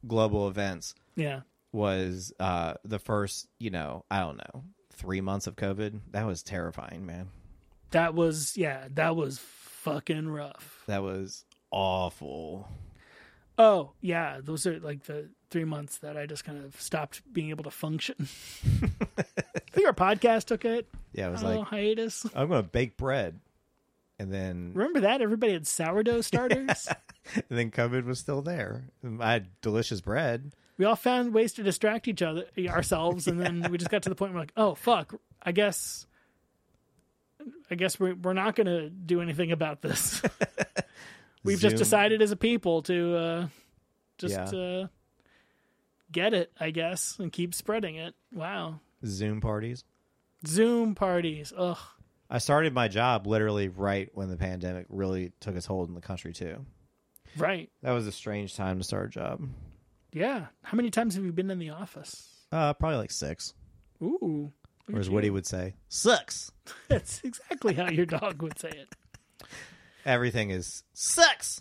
S5: global events
S4: Yeah.
S5: was uh the first you know I don't know three months of COVID. That was terrifying, man.
S4: That was. Yeah. That was fucking rough.
S5: That was awful.
S4: Oh, yeah. Those are like the three months that I just kind of stopped being able to function. I think our podcast took it.
S5: Yeah, it was
S4: a little
S5: like
S4: hiatus.
S5: I'm gonna bake bread, and then
S4: Remember that? Everybody had sourdough starters.
S5: and then COVID was still there. And I had delicious bread.
S4: we all found ways to distract each other, ourselves. And then we just got to the point where, like, oh, fuck, I guess. I guess we're, we're not going to do anything about this. We've just
S5: Zoom.
S4: decided as a people to uh, just
S5: Yeah.
S4: uh, get it, I guess, and keep spreading it. Wow.
S5: Zoom parties.
S4: Zoom parties. Ugh.
S5: I started my job literally right when the pandemic really took its hold in the country too.
S4: Right.
S5: That was a strange time to start a job.
S4: Yeah. How many times have you been in the office?
S5: Uh, probably like six,
S4: Ooh. Look
S5: or
S4: at
S5: as
S4: you.
S5: Woody would say, sucks.
S4: That's exactly how your dog would say it.
S5: Everything is sucks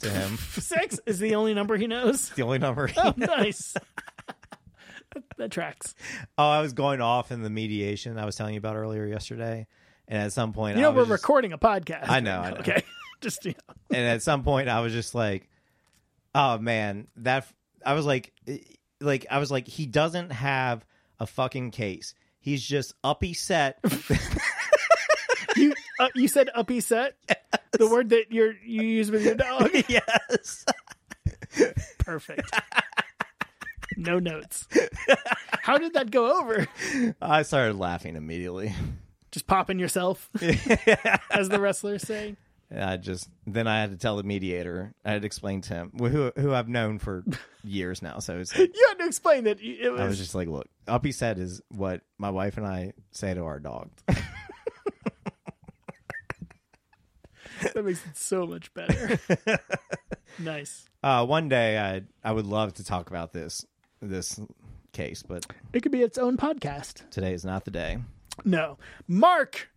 S5: to him.
S4: Six is the only number he knows.
S5: the only number. he-
S4: Oh, nice. that, that tracks.
S5: oh, I was going off in the mediation I was telling you about earlier yesterday, and at some point,
S4: You
S5: I
S4: know,
S5: was
S4: we're
S5: just-
S4: recording a podcast.
S5: I know, I know.
S4: Okay. Just, you know.
S5: and at some point i was just like oh man that i was like eh, like i was like he doesn't have a fucking case he's just uppy set
S4: you, uh, you said uppy set, the word that you're, you use with your dog.
S5: yes
S4: Perfect. No notes. How did that go over?
S5: i started laughing immediately
S4: Just popping yourself, as the wrestlers say.
S5: and i just then i had to tell the mediator i had to explain to him who, who i've known for years now so it's like,
S4: You had to explain that it
S5: i
S4: was
S5: was just like look uppy set is what my wife and i say to our dog
S4: That makes it so much better. nice.
S5: uh, one day i i would love to talk about this this case but
S4: It could be its own podcast.
S5: today is not the day
S4: No. Mark,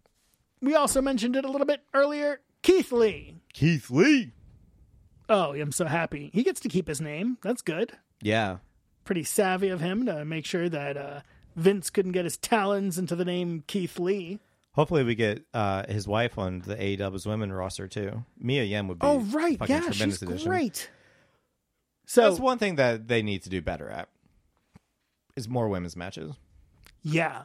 S4: we also mentioned it a little bit earlier. Keith Lee.
S5: Keith Lee.
S4: Oh, I'm so happy. He gets to keep his name. That's good.
S5: Yeah.
S4: Pretty savvy of him to make sure that uh, Vince couldn't get his talons into the name Keith Lee.
S5: Hopefully we get uh, his wife on the AEW's women roster too. Mia Yim would be
S4: Oh, right.
S5: fucking
S4: Yeah,
S5: tremendous
S4: she's
S5: addition.
S4: great. So
S5: That's one thing that they need to do better at. is more women's matches.
S4: Yeah.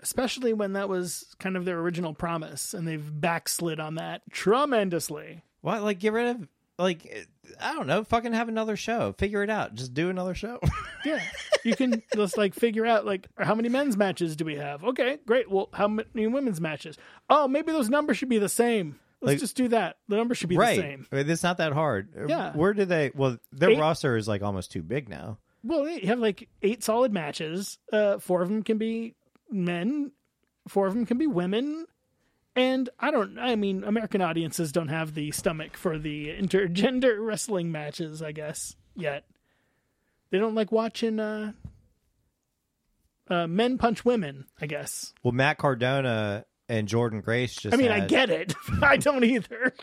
S4: Especially when that was kind of their original promise and they've backslid on that tremendously.
S5: Why, like, get rid of, like, I don't know, fucking have another show. Figure it out. Just do another show.
S4: Yeah. You can just like figure out like how many men's matches do we have? Okay, great. Well, how many women's matches? Oh, maybe those numbers should be the same. Let's
S5: Like-
S4: just do that. The numbers should be
S5: right.
S4: the same.
S5: I mean, it's not that hard.
S4: Yeah.
S5: Where do they, well, their
S4: Eight-
S5: roster is like almost too big now.
S4: Well, you have like eight solid matches. Uh, four of them can be men, four of them can be women. And I don't, I mean, American audiences don't have the stomach for the intergender wrestling matches, I guess, yet. They don't like watching uh, uh, men punch women, I guess.
S5: Well, Matt Cardona and Jordan Grace just,
S4: I mean, I
S5: had-
S4: get it. I don't either.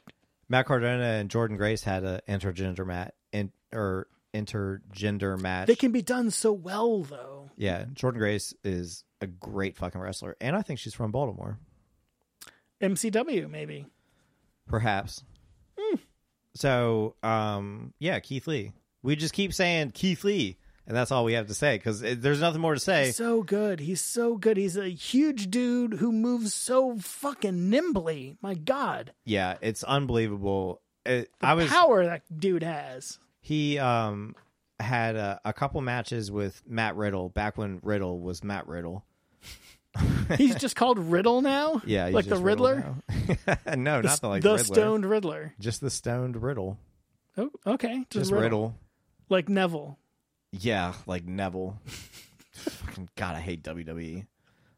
S5: Matt Cardona and Jordan Grace had a intergender mat, in, or intergender match.
S4: They can be done so well, though.
S5: yeah. Jordan Grace is a great fucking wrestler. And I think she's from Baltimore.
S4: MCW, maybe.
S5: Perhaps.
S4: Hmm.
S5: So, um, yeah, Keith Lee. We just keep saying Keith Lee, and that's all we have to say because there's nothing more to say.
S4: so good. He's so good. He's a huge dude who moves so fucking nimbly. My God,
S5: yeah, it's unbelievable. It,
S4: the
S5: I was
S4: power that dude has.
S5: he um had a, a couple matches with Matt Riddle back when Riddle was Matt Riddle.
S4: He's just called Riddle now.
S5: Yeah, he's
S4: like the
S5: just Riddle
S4: Riddler,
S5: now. no,
S4: the,
S5: not the like
S4: the
S5: Riddler.
S4: stoned Riddler.
S5: Just the stoned Riddle.
S4: Oh, okay,
S5: Just Riddle.
S4: like Neville.
S5: Yeah, like Neville. Fucking God, I hate WWE.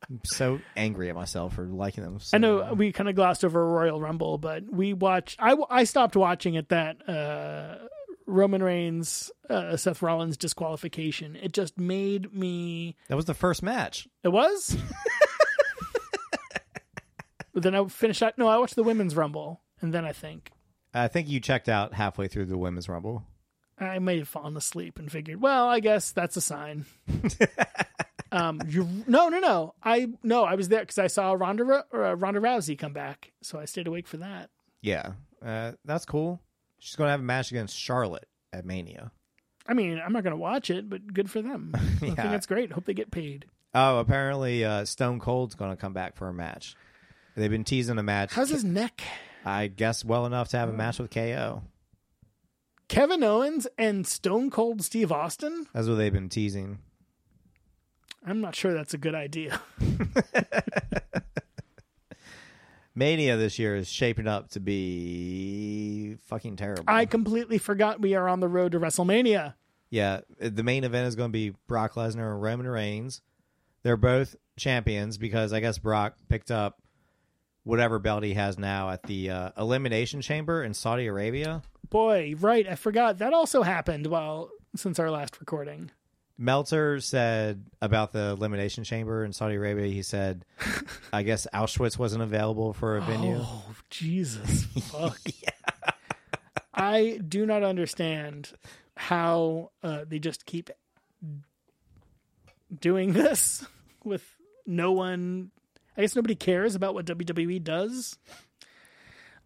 S5: I'm so angry at myself for liking them. So
S4: I know we kind of glossed over Royal Rumble, but we watched. I I stopped watching at that uh, Roman Reigns uh, Seth Rollins disqualification. It just made me
S5: That was the first match.
S4: It was. but then I finished out. No, I watched the women's rumble, and then I think
S5: I think you checked out halfway through the women's rumble.
S4: I may have fallen asleep and figured, well, I guess that's a sign. um, you no, no, no. I no, I was there because I saw Ronda Ro- or, uh, Ronda Rousey come back, so I stayed awake for that.
S5: Yeah, uh, that's cool. She's gonna have a match against Charlotte at Mania.
S4: I mean, I'm not going to watch it, but good for them. I think
S5: Yeah.
S4: that's great. Hope they get paid.
S5: Oh, apparently uh, Stone Cold's gonna come back for a match. They've been teasing a match.
S4: How's his neck?
S5: I guess well enough to have a match with KO.
S4: Kevin Owens and Stone Cold Steve Austin?
S5: That's what they've been teasing.
S4: I'm not sure that's a good idea.
S5: Mania this year is shaping up to be fucking terrible.
S4: I completely forgot we are on the road to WrestleMania.
S5: Yeah, the main event is going to be Brock Lesnar and Roman Reigns. They're both champions because I guess Brock picked up whatever belt he has now at the uh, Elimination Chamber in Saudi Arabia.
S4: Boy, right, I forgot. That also happened while since our last recording.
S5: Meltzer said about the Elimination Chamber in Saudi Arabia, he said, I guess Auschwitz wasn't available for a venue.
S4: Oh, Jesus fuck. I do not understand how uh, they just keep doing this with no one. I guess nobody cares about what WWE does.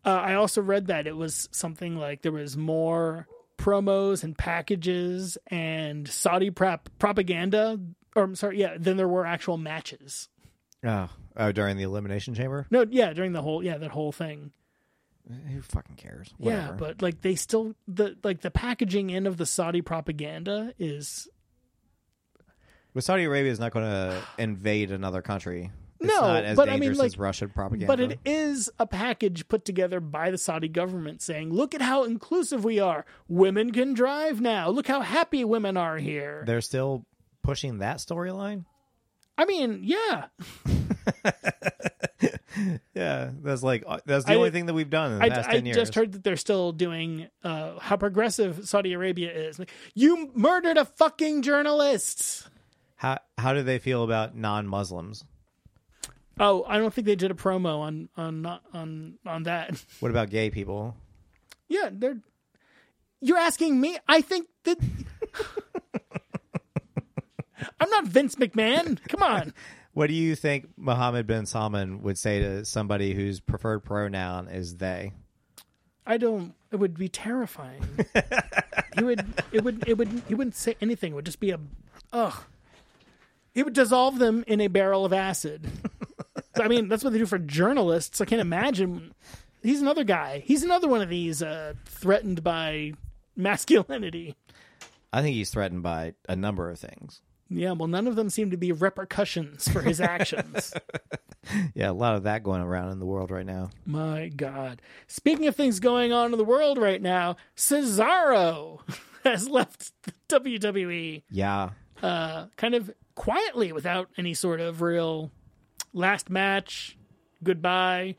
S4: Uh, I also read that it was something like there was more promos and packages and Saudi prop propaganda, or I'm sorry, yeah, than there were actual matches.
S5: Oh, oh, during the Elimination Chamber?
S4: No, yeah, during the whole yeah that whole thing.
S5: Who fucking cares?
S4: Yeah, but like they still the like the packaging end of the Saudi propaganda is
S5: But Saudi Arabia is not going to invade another country. It's
S4: No,
S5: not as
S4: but I mean,
S5: dangerous
S4: like-
S5: as Russian propaganda.
S4: but it is a package put together by the Saudi government saying, "Look at how inclusive we are. Women can drive now. Look how happy women are here."
S5: they're still pushing that storyline.
S4: I mean, yeah.
S5: Yeah, Uh, that's like that's the
S4: I-
S5: only thing that we've done in the
S4: I,
S5: past
S4: I
S5: ten years.
S4: just heard that they're still doing uh, how progressive Saudi Arabia is. Like, you murdered a fucking journalist.
S5: how how do they feel about non-Muslims?
S4: Oh, I don't think they did a promo on on on on that.
S5: What about gay people?
S4: Yeah, they're. You're asking me. I think that. I'm not Vince McMahon. Come on.
S5: What do you think Mohammed bin Salman would say to somebody whose preferred pronoun is they?
S4: I don't. It would be terrifying. He would. It would. It would. He wouldn't say anything. It would just be a. Ugh. He would dissolve them in a barrel of acid. I mean, that's what they do for journalists. I can't imagine. He's another guy. He's another one of these uh, threatened by masculinity.
S5: I think he's threatened by a number of things.
S4: Yeah, well, none of them seem to be repercussions for his actions.
S5: Yeah, a lot of that going around in the world right now.
S4: My God. Speaking of things going on in the world right now, Cesaro has left the WWE
S5: Yeah.
S4: kind of quietly without any sort of real last match goodbye.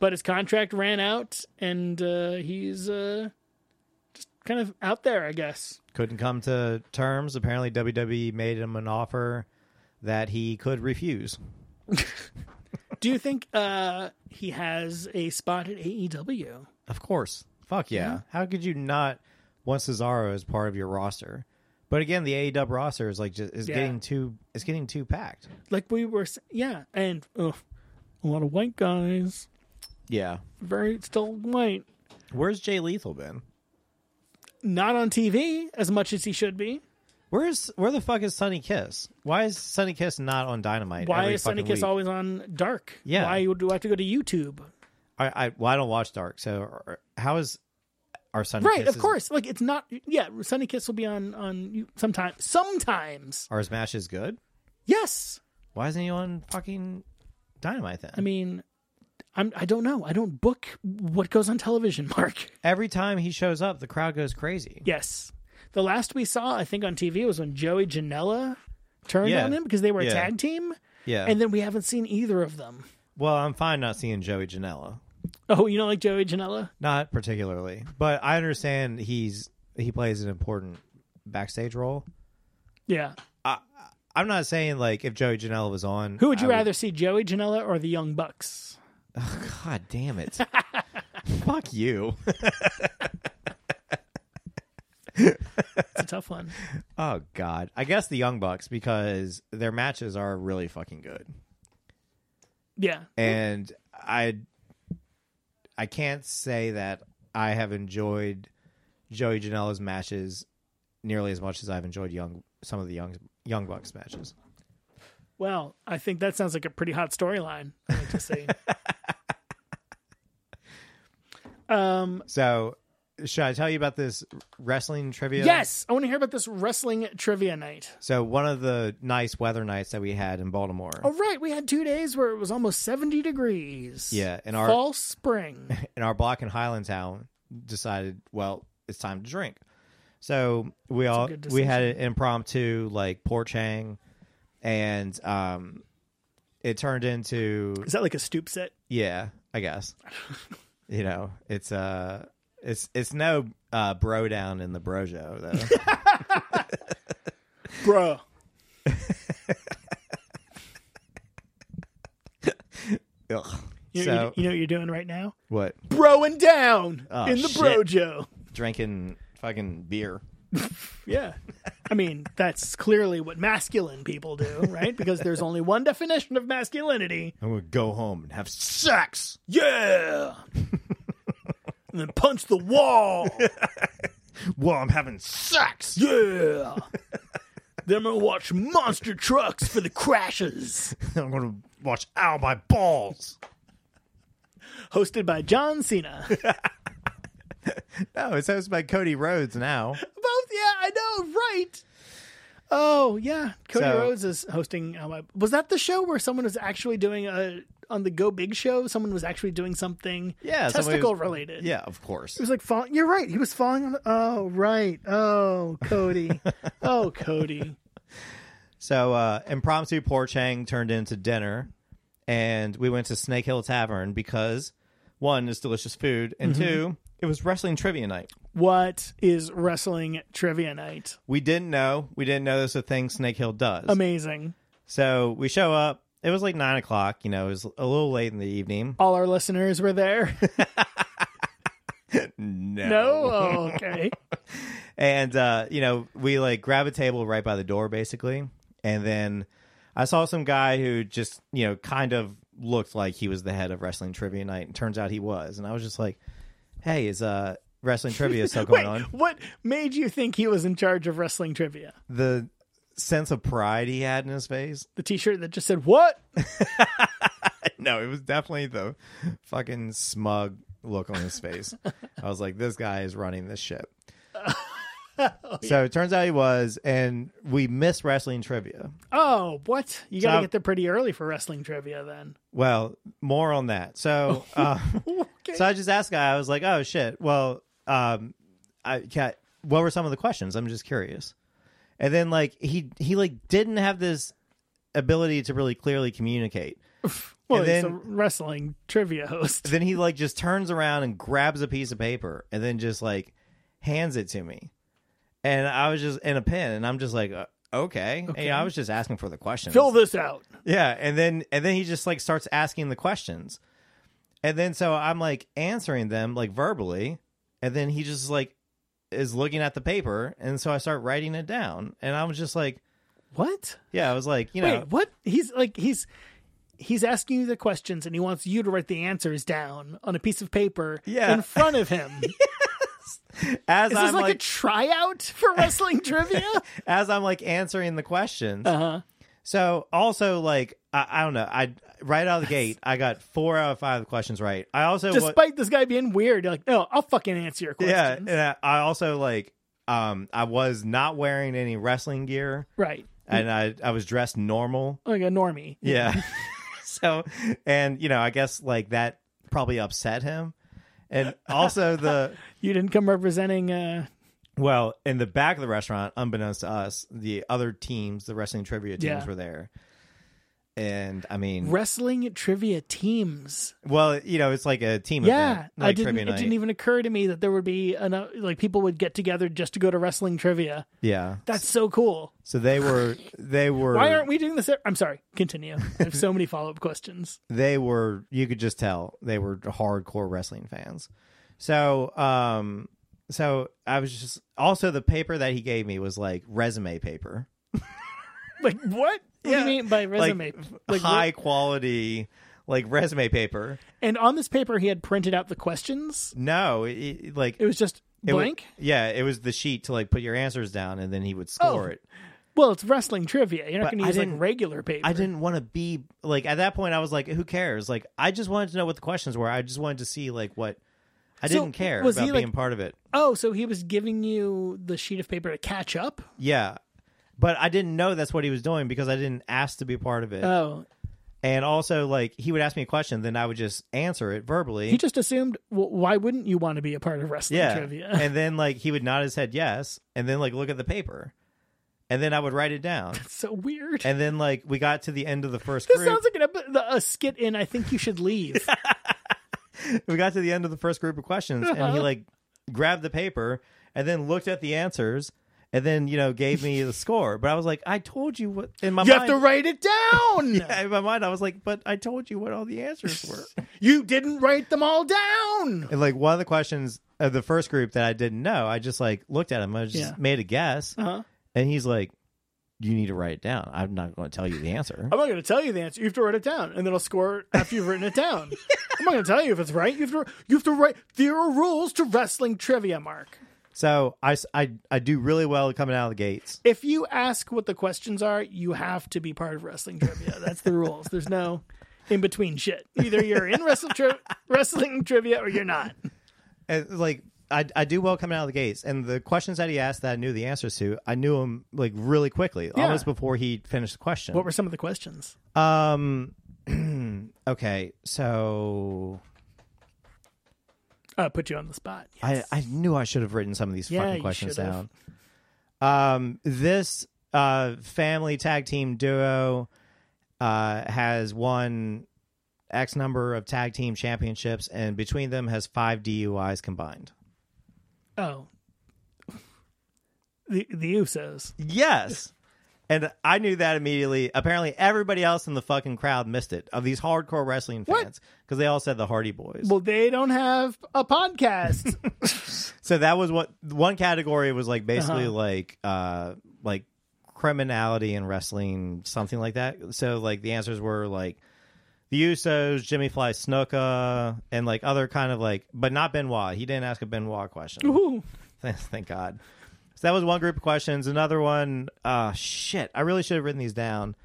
S4: But his contract ran out and uh, he's uh, just kind of out there, I guess.
S5: Couldn't come to terms. Apparently, WWE made him an offer that he could refuse.
S4: Do you think uh, he has a E spot at AEW?
S5: Of course. Fuck yeah. How could you not want Cesaro as part of your roster? But again, the AEW roster is like just is
S4: Yeah.
S5: getting too it's getting too packed.
S4: Like we were, s- yeah, and ugh, a lot of white guys,
S5: Yeah.
S4: very still white.
S5: Where's Jay Lethal been?
S4: not on TV as much as he should be.
S5: Where's where the fuck is Sunny Kiss? Why is Sunny Kiss not on Dynamite?
S4: Why
S5: every
S4: is Sunny
S5: fucking
S4: Kiss
S5: week?
S4: always on Dark?
S5: Yeah.
S4: Why do I have to go to YouTube?
S5: I, I well, I don't watch Dark, so or- how is our Sunny
S4: Right,
S5: Kiss
S4: of
S5: is-
S4: course. Like it's not. Yeah, Sunny Kiss will be on on you sometime. Sometimes,
S5: Are his matches good?
S4: yes.
S5: Why isn't he on fucking Dynamite then?
S4: I mean, I'm. I don't know. I don't book what goes on television, Mark.
S5: every time he shows up, the crowd goes crazy.
S4: Yes. The last we saw, I think, on TV was when Joey Janela turned
S5: Yeah.
S4: on him because they were a
S5: Yeah.
S4: tag team,
S5: Yeah.
S4: and then we haven't seen either of them.
S5: well, I'm fine not seeing Joey Janela.
S4: Oh, you don't like Joey Janela?
S5: Not particularly, but I understand he's he plays an important backstage role.
S4: Yeah.
S5: I'm not saying like if Joey Janela was on,
S4: Who would you
S5: I
S4: rather see, Joey Janela or the Young Bucks?
S5: Oh, God damn it! Fuck you!
S4: It's a tough one.
S5: Oh God! I guess the Young Bucks because their matches are really fucking good,
S4: Yeah.
S5: and I I can't say that I have enjoyed Joey Janela's matches nearly as much as I've enjoyed Young some of the Young Young Bucks matches.
S4: Well, I think that sounds like a pretty hot storyline. I like to see. um,
S5: So, should I tell you about this wrestling trivia?
S4: Yes, I want to hear about this wrestling trivia night.
S5: So one of the nice weather nights that we had in Baltimore.
S4: Oh, right, we had two days where it was almost seventy degrees.
S5: Yeah, and our
S4: fall spring.
S5: and our block in Highland Town decided, well, it's time to drink. So we all
S4: good
S5: we had an impromptu like porch hang, and um, it turned into
S4: Is that like a stoop set?
S5: yeah, I guess. you know, it's uh, it's it's no uh, bro down in the brojo though.
S4: Bruh.
S5: Ugh.
S4: You know, you, you
S5: so
S4: know what you're doing right now?
S5: what?
S4: Broing down
S5: Oh,
S4: in the
S5: shit.
S4: brojo.
S5: Drinking fucking beer.
S4: Yeah. I mean, that's clearly what masculine people do, right? Because there's only one definition of masculinity.
S5: I'm gonna go home and have sex.
S4: Yeah. and then punch the wall.
S5: Well, I'm having sex.
S4: Yeah. then I'm going to watch monster trucks for the crashes.
S5: I'm gonna watch Ow My Balls.
S4: Hosted by John Cena. Both,
S5: No, Oh, it's hosted by Cody Rhodes now.
S4: yeah, I know, right. Oh, yeah. Cody
S5: So-
S4: Rhodes is hosting. uh, my- Was that the show where someone was actually doing a. On the Go Big show, someone was actually doing something
S5: Yeah, somebody
S4: testicle
S5: was-
S4: related.
S5: Yeah, of course.
S4: He was like falling. You're right. He was falling on the. Oh, right. Oh, Cody. oh, Cody.
S5: So uh impromptu porch hang turned into dinner and we went to Snake Hill Tavern because one is delicious food and two, it was wrestling trivia night.
S4: What is wrestling trivia night?
S5: We didn't know. We didn't know this was a thing Snake Hill does.
S4: Amazing.
S5: so we show up. It was like nine o'clock, you know, it was a little late in the evening.
S4: All our listeners were there.
S5: No.
S4: no? Oh, okay.
S5: and uh, you know we like grab a table right by the door basically and then i saw some guy who just you know kind of looked like he was the head of wrestling trivia night and turns out he was and i was just like hey is uh wrestling trivia still going
S4: Wait,
S5: on
S4: what made you think he was in charge of wrestling trivia?
S5: the sense of pride he had in his face.
S4: The T-shirt that just said "What?"
S5: No, it was definitely the fucking smug look on his face. I was like, this guy is running this shit. so it turns out he was, and we missed wrestling trivia.
S4: Oh, what? You got to
S5: So-
S4: get there pretty early for wrestling trivia then.
S5: Well, more on that. So, uh, so I just asked the guy. I was like, "Oh shit." Well, um, I can What were some of the questions? I'm just curious. And then like he he like didn't have this ability to really clearly communicate.
S4: Well,
S5: And
S4: Oh, he's
S5: then-
S4: a wrestling trivia host.
S5: Then he like just turns around and grabs a piece of paper and then just like hands it to me. And I was just in a pen, and I'm just like, uh, okay. Hey, I was just asking for the questions.
S4: Fill this out.
S5: Yeah, and then and then he just like starts asking the questions. And then so I'm like answering them like verbally, and then he just like is looking at the paper, and so I start writing it down. And I was just like,
S4: What?
S5: yeah, I was like, you know,
S4: Wait, what? He's like he's he's asking you the questions and he wants you to write the answers down on a piece of paper
S5: Yeah.
S4: in front of him. Is
S5: as
S4: this
S5: I'm
S4: like,
S5: like,
S4: a tryout for wrestling trivia?
S5: as I'm like answering the questions.
S4: Uh-huh.
S5: So also like I, I don't know, I right out of the gate, I got four out of five questions right. I also wa-
S4: Despite this guy being weird, you're like, no, I'll fucking answer your
S5: yeah,
S4: questions.
S5: and I, I also like um I was not wearing any wrestling gear.
S4: Right.
S5: and I I was dressed normal.
S4: Like a normie.
S5: Yeah. so and you know, I guess like that probably upset him. And also the
S4: You didn't come representing uh
S5: well, in the back of the restaurant, unbeknownst to us, the other teams, the wrestling trivia teams
S4: Yeah.
S5: were there. And I mean,
S4: wrestling trivia teams.
S5: well, you know, it's like a team
S4: Yeah,
S5: event, like
S4: I didn't.
S5: trivia
S4: It
S5: night.
S4: didn't even occur to me that there would be enough. Like people would get together just to go to wrestling trivia.
S5: yeah.
S4: That's so cool.
S5: So they were they were
S4: Why aren't we doing this? e- I'm sorry. Continue. I have so many follow up questions.
S5: they were you could just tell they were hardcore wrestling fans so um so i was just also the paper that he gave me was like resume paper
S4: Like what? What do you mean by resume?
S5: like,
S4: Like,
S5: high
S4: what-
S5: quality like resume paper
S4: And on this paper, he had printed out the questions.
S5: no it- it, like
S4: It was just
S5: it wa-
S4: blank.
S5: yeah it was the sheet to like put your answers down and then he would score
S4: Oh,
S5: it
S4: well, it's wrestling trivia. You're not
S5: But
S4: going to
S5: I
S4: use like
S5: didn't-
S4: regular paper.
S5: i didn't want to be like at that point i was like who cares like i just wanted to know what the questions were i just wanted to see like what i
S4: So,
S5: didn't care
S4: was
S5: about
S4: he,
S5: being
S4: like-
S5: part of it
S4: Oh, so he was giving you the sheet of paper to catch up.
S5: Yeah. But I didn't know that's what he was doing because I didn't ask to be part of it.
S4: Oh,
S5: and also, like, he would ask me a question, then I would just answer it verbally.
S4: he just assumed. Well, why wouldn't you want to be a part of wrestling
S5: yeah.
S4: trivia?
S5: and then, like, he would nod his head yes, and then, like, look at the paper. And then I would write it down.
S4: so weird.
S5: And then, like, we got to the end of the first
S4: This
S5: group.
S4: sounds like an epi- the, a skit in I Think You Should Leave.
S5: we got to the end of the first group of questions, and he,
S4: Uh-huh.
S5: like, grabbed the paper and then looked at the answers. And then you know gave me the score, but I was like, I told you what in my
S4: you have
S5: mind.
S4: to write it down.
S5: in my mind, I was like, but I told you what all the answers were.
S4: You didn't write them all down.
S5: And like one of the questions of the first group that I didn't know, I just like looked at him. I just
S4: Yeah.
S5: made a guess,
S4: Uh-huh.
S5: and he's like, "You need to write it down. I'm not going to tell you the answer."
S4: I'm not going to tell you the answer. You have to write it down, and then I'll score after you've written it down. I'm not going to tell you if it's right. You have to. You have to write. There are rules to wrestling trivia, Mark.
S5: so I, s- I- I do really well coming out of the gates.
S4: If you ask what the questions are, you have to be part of wrestling trivia. That's the rules. There's no in between shit. Either you're in wrestling tri- wrestling trivia or you're not.
S5: And like I, I do well coming out of the gates. And the questions that he asked that I knew the answers to, I knew him like really quickly, almost before he finished the question.
S4: What were some of the questions?
S5: um. okay, so
S4: Uh, put you on the spot.
S5: I, I knew I should have written some of these
S4: Yeah,
S5: fucking
S4: you
S5: questions
S4: should
S5: down.
S4: have.
S5: Um, this uh, family tag team duo uh, has won X number of tag team championships, and between them has five DUIs combined.
S4: Oh. The the Usos.
S5: Yes. And I knew that immediately. Apparently, everybody else in the fucking crowd missed it of these hardcore wrestling
S4: What?
S5: fans because they all said the Hardy Boys.
S4: Well, they don't have a podcast.
S5: So that was what one category was like basically like uh like criminality and wrestling something like that. So like the answers were like the Usos, Jimmy Fly Snuka, and like other kind of like but not Benoit. He didn't ask a Benoit question.
S4: Ooh.
S5: Thank God. So that was one group of questions. Another one, uh, shit, I really should have written these down.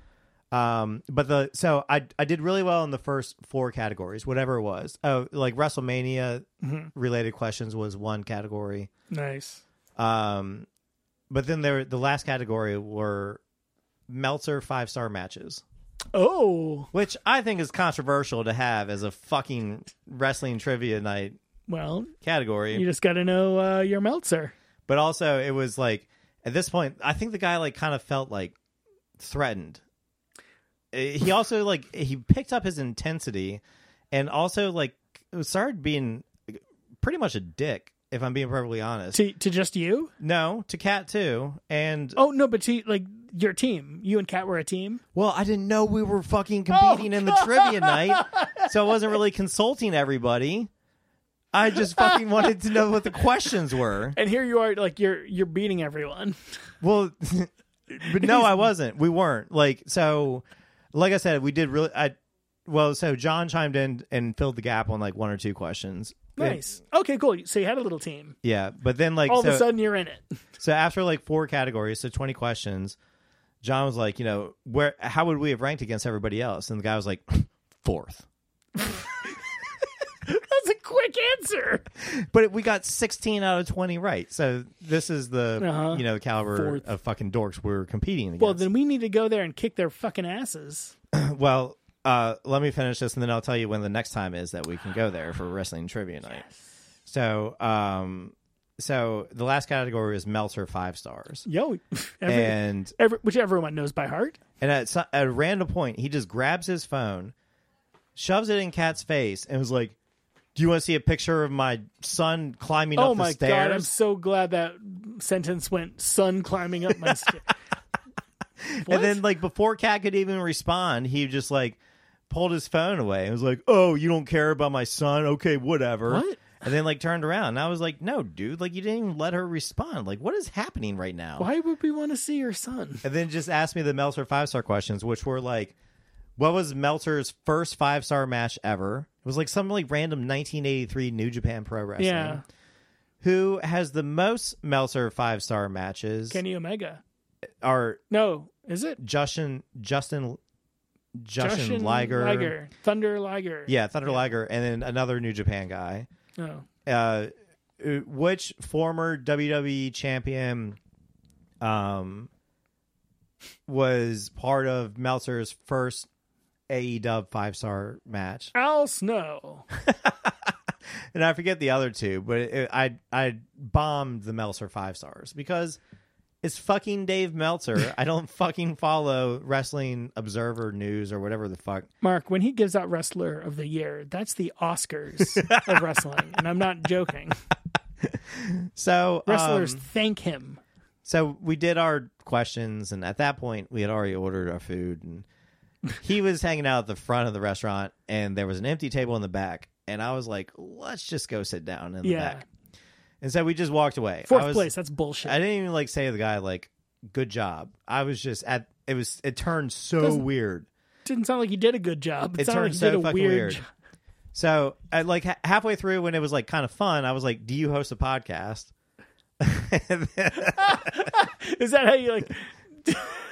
S5: Um, but the so I I did really well in the first four categories, whatever it was. Oh, like WrestleMania related questions was one category.
S4: Nice.
S5: Um, but then there the last category were Meltzer five star matches,
S4: Oh,
S5: which I think is controversial to have as a fucking wrestling trivia night
S4: well,
S5: category.
S4: you just got to know uh, your Meltzer.
S5: but also it was like at this point i think the guy like kind of felt like threatened Uh, he also like he picked up his intensity and also like started being pretty much a dick if i'm being perfectly honest
S4: To, to just you?
S5: no to cat too and
S4: Oh, no, but to like your team. You and Kat were a team.
S5: well i didn't know we were fucking
S4: Oh,
S5: competing in the trivia night so i wasn't really consulting everybody i just fucking wanted to know what the questions were
S4: And here you are, like you're you're beating everyone.
S5: Well, but no, I wasn't. We weren't. Like so, like I said, we did really. I well, so John chimed in and filled the gap on like one or two questions. And-
S4: Nice. Okay, cool. So you had a little team.
S5: yeah, but then like
S4: All
S5: so,
S4: of a sudden, you're in it.
S5: so after like four categories, so twenty questions, John was like, you know, where how would we have ranked against everybody else? And the guy was like, fourth.
S4: That's a quick answer.
S5: But we got sixteen out of twenty right. So this is the
S4: Uh-huh.
S5: you know caliber
S4: Fourth.
S5: of fucking dorks we're competing against.
S4: Well, then we need to go there and kick their fucking asses.
S5: Well, uh, let me finish this, and then I'll tell you when the next time is that we can go there for wrestling trivia night. So, um, so the last category is Meltzer five stars,
S4: Yo, every,
S5: and
S4: every, which everyone knows by heart.
S5: and at, so- at a random point, he just grabs his phone, shoves it in Cat's face, and was like, "Do you want to see a picture of my son climbing
S4: Oh
S5: up the
S4: my
S5: stairs?"
S4: god, I'm so glad that sentence went sun climbing up my stairs.
S5: And then like before Cat could even respond, he just like pulled his phone away and was like, "Oh, you don't care about my son? Okay, whatever."
S4: What?
S5: And then like turned around, and I was like, "No, dude! Like you didn't even let her respond. Like what is happening right now?"
S4: Why would we want to see your son?
S5: And then just asked me the Meltzer five star questions, which were like, "What was Meltzer's first five star match ever?" It was like some like random 1983 New Japan Pro Wrestling.
S4: Yeah,
S5: Who has the most Meltzer five star matches?
S4: Kenny Omega.
S5: are
S4: No, is it
S5: Justin Justin Justin, Liger.
S4: Thunder Liger?
S5: Yeah, Thunder Liger, and then another New Japan guy.
S4: Oh.
S5: Uh, which former WWE champion um, was part of Meltzer's first AEW five star match?
S4: Al Snow.
S5: And I forget the other two, but it, I I bombed the Meltzer five stars because it's fucking Dave Meltzer. I don't fucking follow Wrestling Observer News or whatever the fuck.
S4: Mark, when he gives out Wrestler of the Year, that's the Oscars of wrestling, and I'm not joking.
S5: So
S4: Wrestlers
S5: um,
S4: thank him.
S5: so we did our questions and at that point we had already ordered our food and he was hanging out at the front of the restaurant and there was an empty table in the back and i was like let's just go sit down in the
S4: Yeah.
S5: back and so we just walked away
S4: Fourth
S5: I was-
S4: place. That's bullshit.
S5: i didn't even like say to the guy like good job i was just at it was it turned so
S4: Doesn't-
S5: weird
S4: didn't sound like he did a good job. It,
S5: it
S4: sounded like
S5: turned
S4: he
S5: so
S4: did a
S5: fucking
S4: weird,
S5: weird,
S4: job.
S5: so I, like ha- halfway through when it was like kind of fun i was like do you host a podcast
S4: Is that how you like?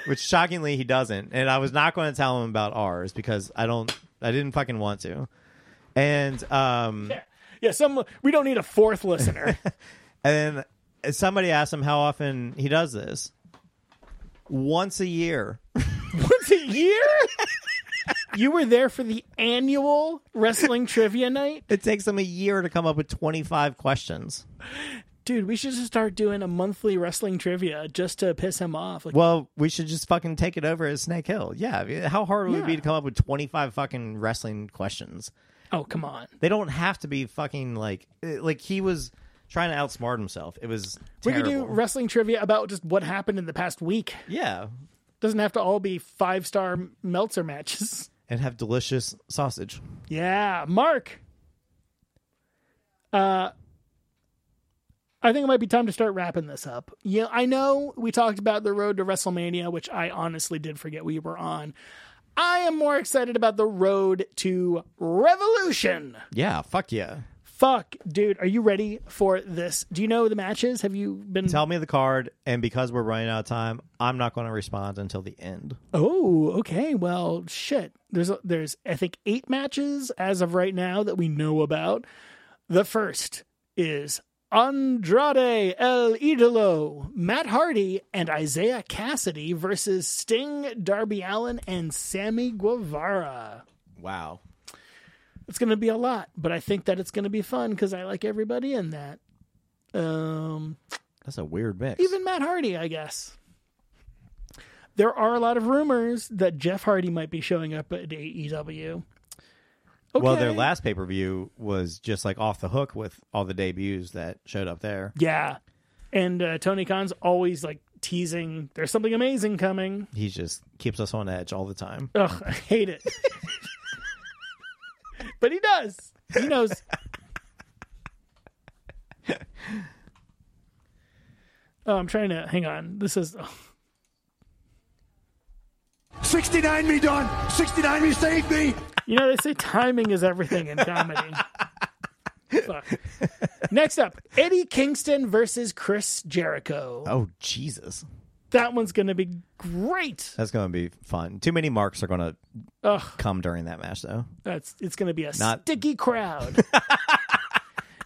S5: which shockingly he doesn't and i was not going to tell him about ours because i don't i didn't fucking want to and um
S4: Yeah, some we don't need a fourth listener.
S5: and then somebody asked him how often he does this once a year
S4: Once a year. you were there for the annual wrestling trivia night,
S5: it takes him a year to come up with 25 questions
S4: dude. We should just start doing a monthly wrestling trivia just to piss him off. Like,
S5: well we should just fucking take it over at snake hill yeah I mean, how hard would it be
S4: Yeah.
S5: to come up with 25 fucking wrestling questions
S4: oh come on,
S5: they don't have to be fucking like eh, like he was trying to outsmart himself it was
S4: we could do
S5: terrible.
S4: wrestling trivia about just what happened in the past week.
S5: yeah
S4: Doesn't have to all be five star Meltzer matches.
S5: and have delicious sausage.
S4: Yeah, Mark. Uh, I think it might be time to start wrapping this up. Yeah, I know we talked about the road to WrestleMania, which I honestly did forget we were on. I am more excited about the road to Revolution.
S5: Yeah, fuck yeah.
S4: Fuck, dude, are you ready for this? Do you know the matches? Have you been?
S5: Tell me the card, and because we're running out of time, I'm not going to respond until the end.
S4: oh, okay. Well, shit. There's there's I think eight matches as of right now that we know about. The first is Andrade El Idolo, Matt Hardy, and Isaiah Cassidy versus Sting, Darby Allen, and Sammy Guevara.
S5: Wow.
S4: it's going to be a lot, but I think that it's going to be fun because I like everybody in that. Um,
S5: That's a weird mix.
S4: even Matt Hardy, I guess. There are a lot of rumors that Jeff Hardy might be showing up at AEW. Okay.
S5: Well, their last pay per view was just like off the hook with all the debuts that showed up there.
S4: yeah, and uh, Tony Khan's always like teasing. There's something amazing coming.
S5: He just keeps us on edge all the time.
S4: Ugh, I hate it. but he does. He knows. oh, I'm trying to hang on. This is oh,
S1: 69 me, Don. 69 me, save me.
S4: you know they say timing is everything in comedy. Fuck. Next up, Eddie Kingston versus Chris Jericho.
S5: Oh Jesus,
S4: That one's going to be great.
S5: that's going to be fun. Too many marks are going to
S4: Ugh.
S5: come during that match, though.
S4: That's it's going to be a
S5: Not-
S4: sticky crowd.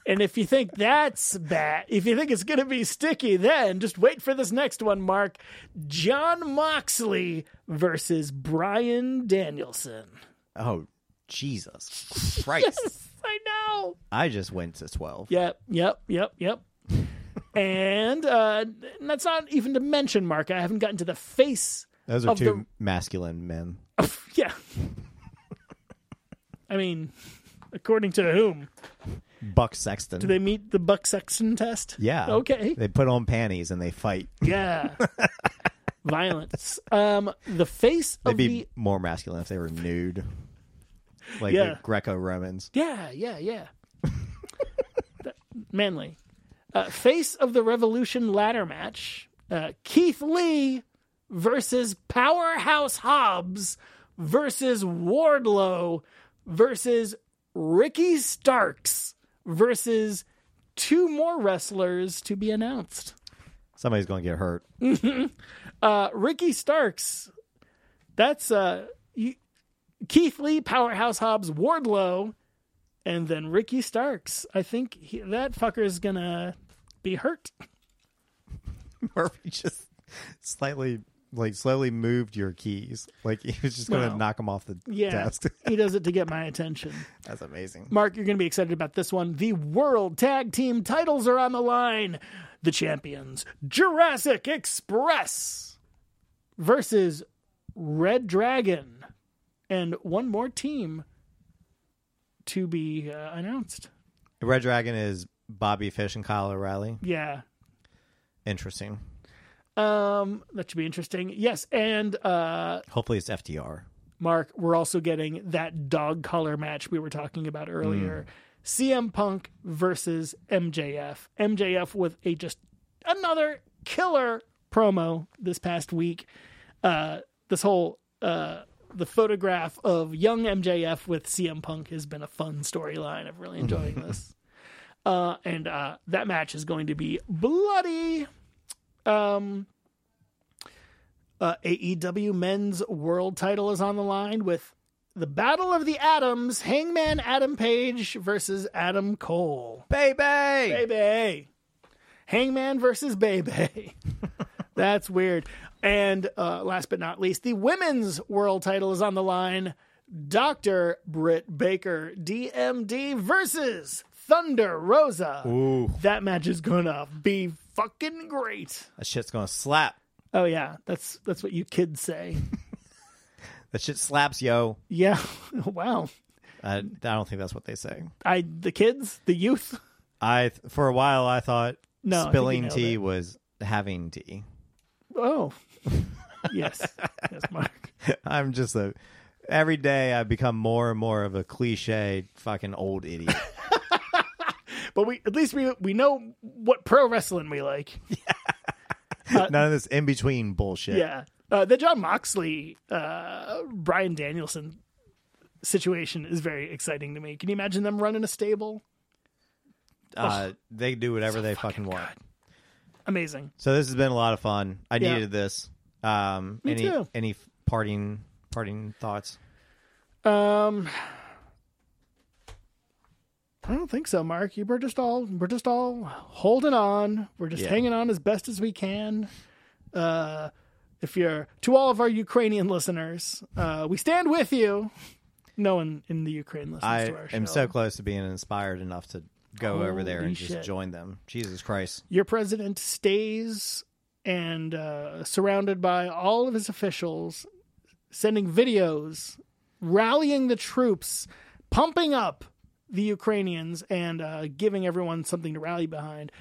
S4: and if you think that's bad, if you think it's going to be sticky, then just wait for this next one, Mark. John Moxley versus Brian Danielson.
S5: Oh Jesus Christ!
S4: I know.
S5: I just went to twelve.
S4: Yep, yep, yep, yep. and uh, that's not even to mention, Mark. I haven't gotten to the face.
S5: Those are
S4: Of
S5: two
S4: the-
S5: masculine men.
S4: Yeah. I mean, according to whom?
S5: Buck Sexton.
S4: Do they meet the Buck Sexton test?
S5: yeah.
S4: Okay.
S5: They put on panties and they fight.
S4: Yeah. Violence. Um, the face
S5: They'd
S4: of
S5: be
S4: the
S5: more masculine if they were nude, like
S4: Yeah.
S5: the Greco Romans.
S4: yeah, yeah, yeah. That- manly. Uh, face of the Revolution ladder match. Uh, Keith Lee versus Powerhouse Hobbs versus Wardlow versus Ricky Starks versus two more wrestlers to be announced.
S5: Somebody's going to get hurt.
S4: uh, Ricky Starks. That's uh, you, Keith Lee, Powerhouse Hobbs, Wardlow, and then Ricky Starks. I think he, that fucker is gonna be hurt.
S5: Murphy just slightly, like, slowly moved your keys. Like he was just going to
S4: Well,
S5: knock him off the
S4: Yeah,
S5: desk.
S4: he does it to get my attention.
S5: That's amazing.
S4: Mark, you're gonna be excited about this one. The World Tag Team titles are on the line. The champions, Jurassic Express, versus Red Dragon, and one more team to be uh, announced.
S5: Red Dragon is Bobby Fish and Kyle O'Reilly.
S4: Yeah.
S5: Interesting.
S4: Um, that should be interesting. Yes, and uh,
S5: Hopefully it's FTR.
S4: Mark, we're also getting that dog collar match we were talking about earlier. CM Punk versus MJF. MJF with a just another killer promo this past week. Uh, this whole uh, the photograph of young MJF with CM Punk has been a fun storyline. I'm really enjoying this. Uh, and uh, that match is going to be bloody. Um, uh, AEW Men's World Title is on the line with the Battle of the Atoms: Hangman Adam Page versus Adam Cole.
S5: Baby!
S4: Baby, Hangman versus Baby. That's weird. And uh, last but not least, the Women's World Title is on the line. Doctor Britt Baker, DMD versus Thunder Rosa.
S5: Ooh,
S4: That match is gonna be fucking great.
S5: that shit's going to slap.
S4: Oh yeah, that's that's what you kids say.
S5: That shit slaps, yo.
S4: Yeah. Wow.
S5: I, I don't think that's what they say.
S4: I the kids, the youth.
S5: I th- for a while I thought
S4: No, I think you
S5: spilling
S4: nailed
S5: tea
S4: it.
S5: was having tea.
S4: Oh. yes. Yes, Mark.
S5: I'm just a every day I become more and more of a cliche fucking old idiot.
S4: But we at least we we know what pro wrestling we like.
S5: None of this in between bullshit.
S4: Yeah. Uh, the John Moxley, uh, Brian Danielson situation is very exciting to me. Can you imagine them running a stable?
S5: uh, they do whatever they fucking, want.
S4: Amazing.
S5: So this has been a lot of fun. I
S4: Yeah.
S5: needed this. Um,
S4: Me
S5: any
S4: too.
S5: any parting parting thoughts?
S4: Um, I don't think so, Mark. You we're just all we're just all holding on. We're just
S5: Yeah.
S4: hanging on as best as we can. Uh, if you're to all of our Ukrainian listeners, uh, we stand with you. No one in the Ukraine listens
S5: I
S4: to our show.
S5: am so close to being inspired enough to go over there
S4: Holy
S5: and just
S4: shit.
S5: join them. Jesus Christ.
S4: Your president stays and uh, surrounded by all of his officials, sending videos, rallying the troops, pumping up the Ukrainians, and uh, giving everyone something to rally behind.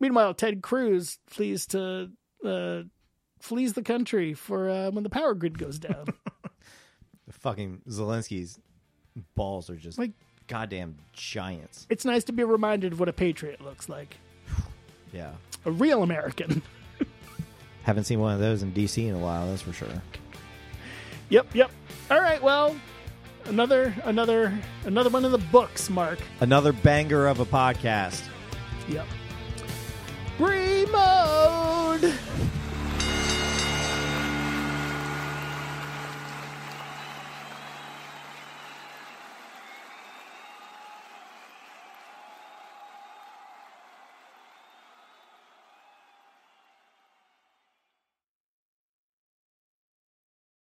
S4: Meanwhile, Ted Cruz flees to uh, flees the country for uh, when the power grid goes down.
S5: The fucking Zelensky's balls are just
S4: Like-
S5: like goddamn giants.
S4: it's nice to be reminded of what a patriot looks like,
S5: Yeah.
S4: a real American.
S5: Haven't seen one of those in DC in a while, that's for sure.
S4: Yep, yep. All right, well, another another another one of the books, Mark.
S5: Another banger of a podcast.
S4: Yep. Remote.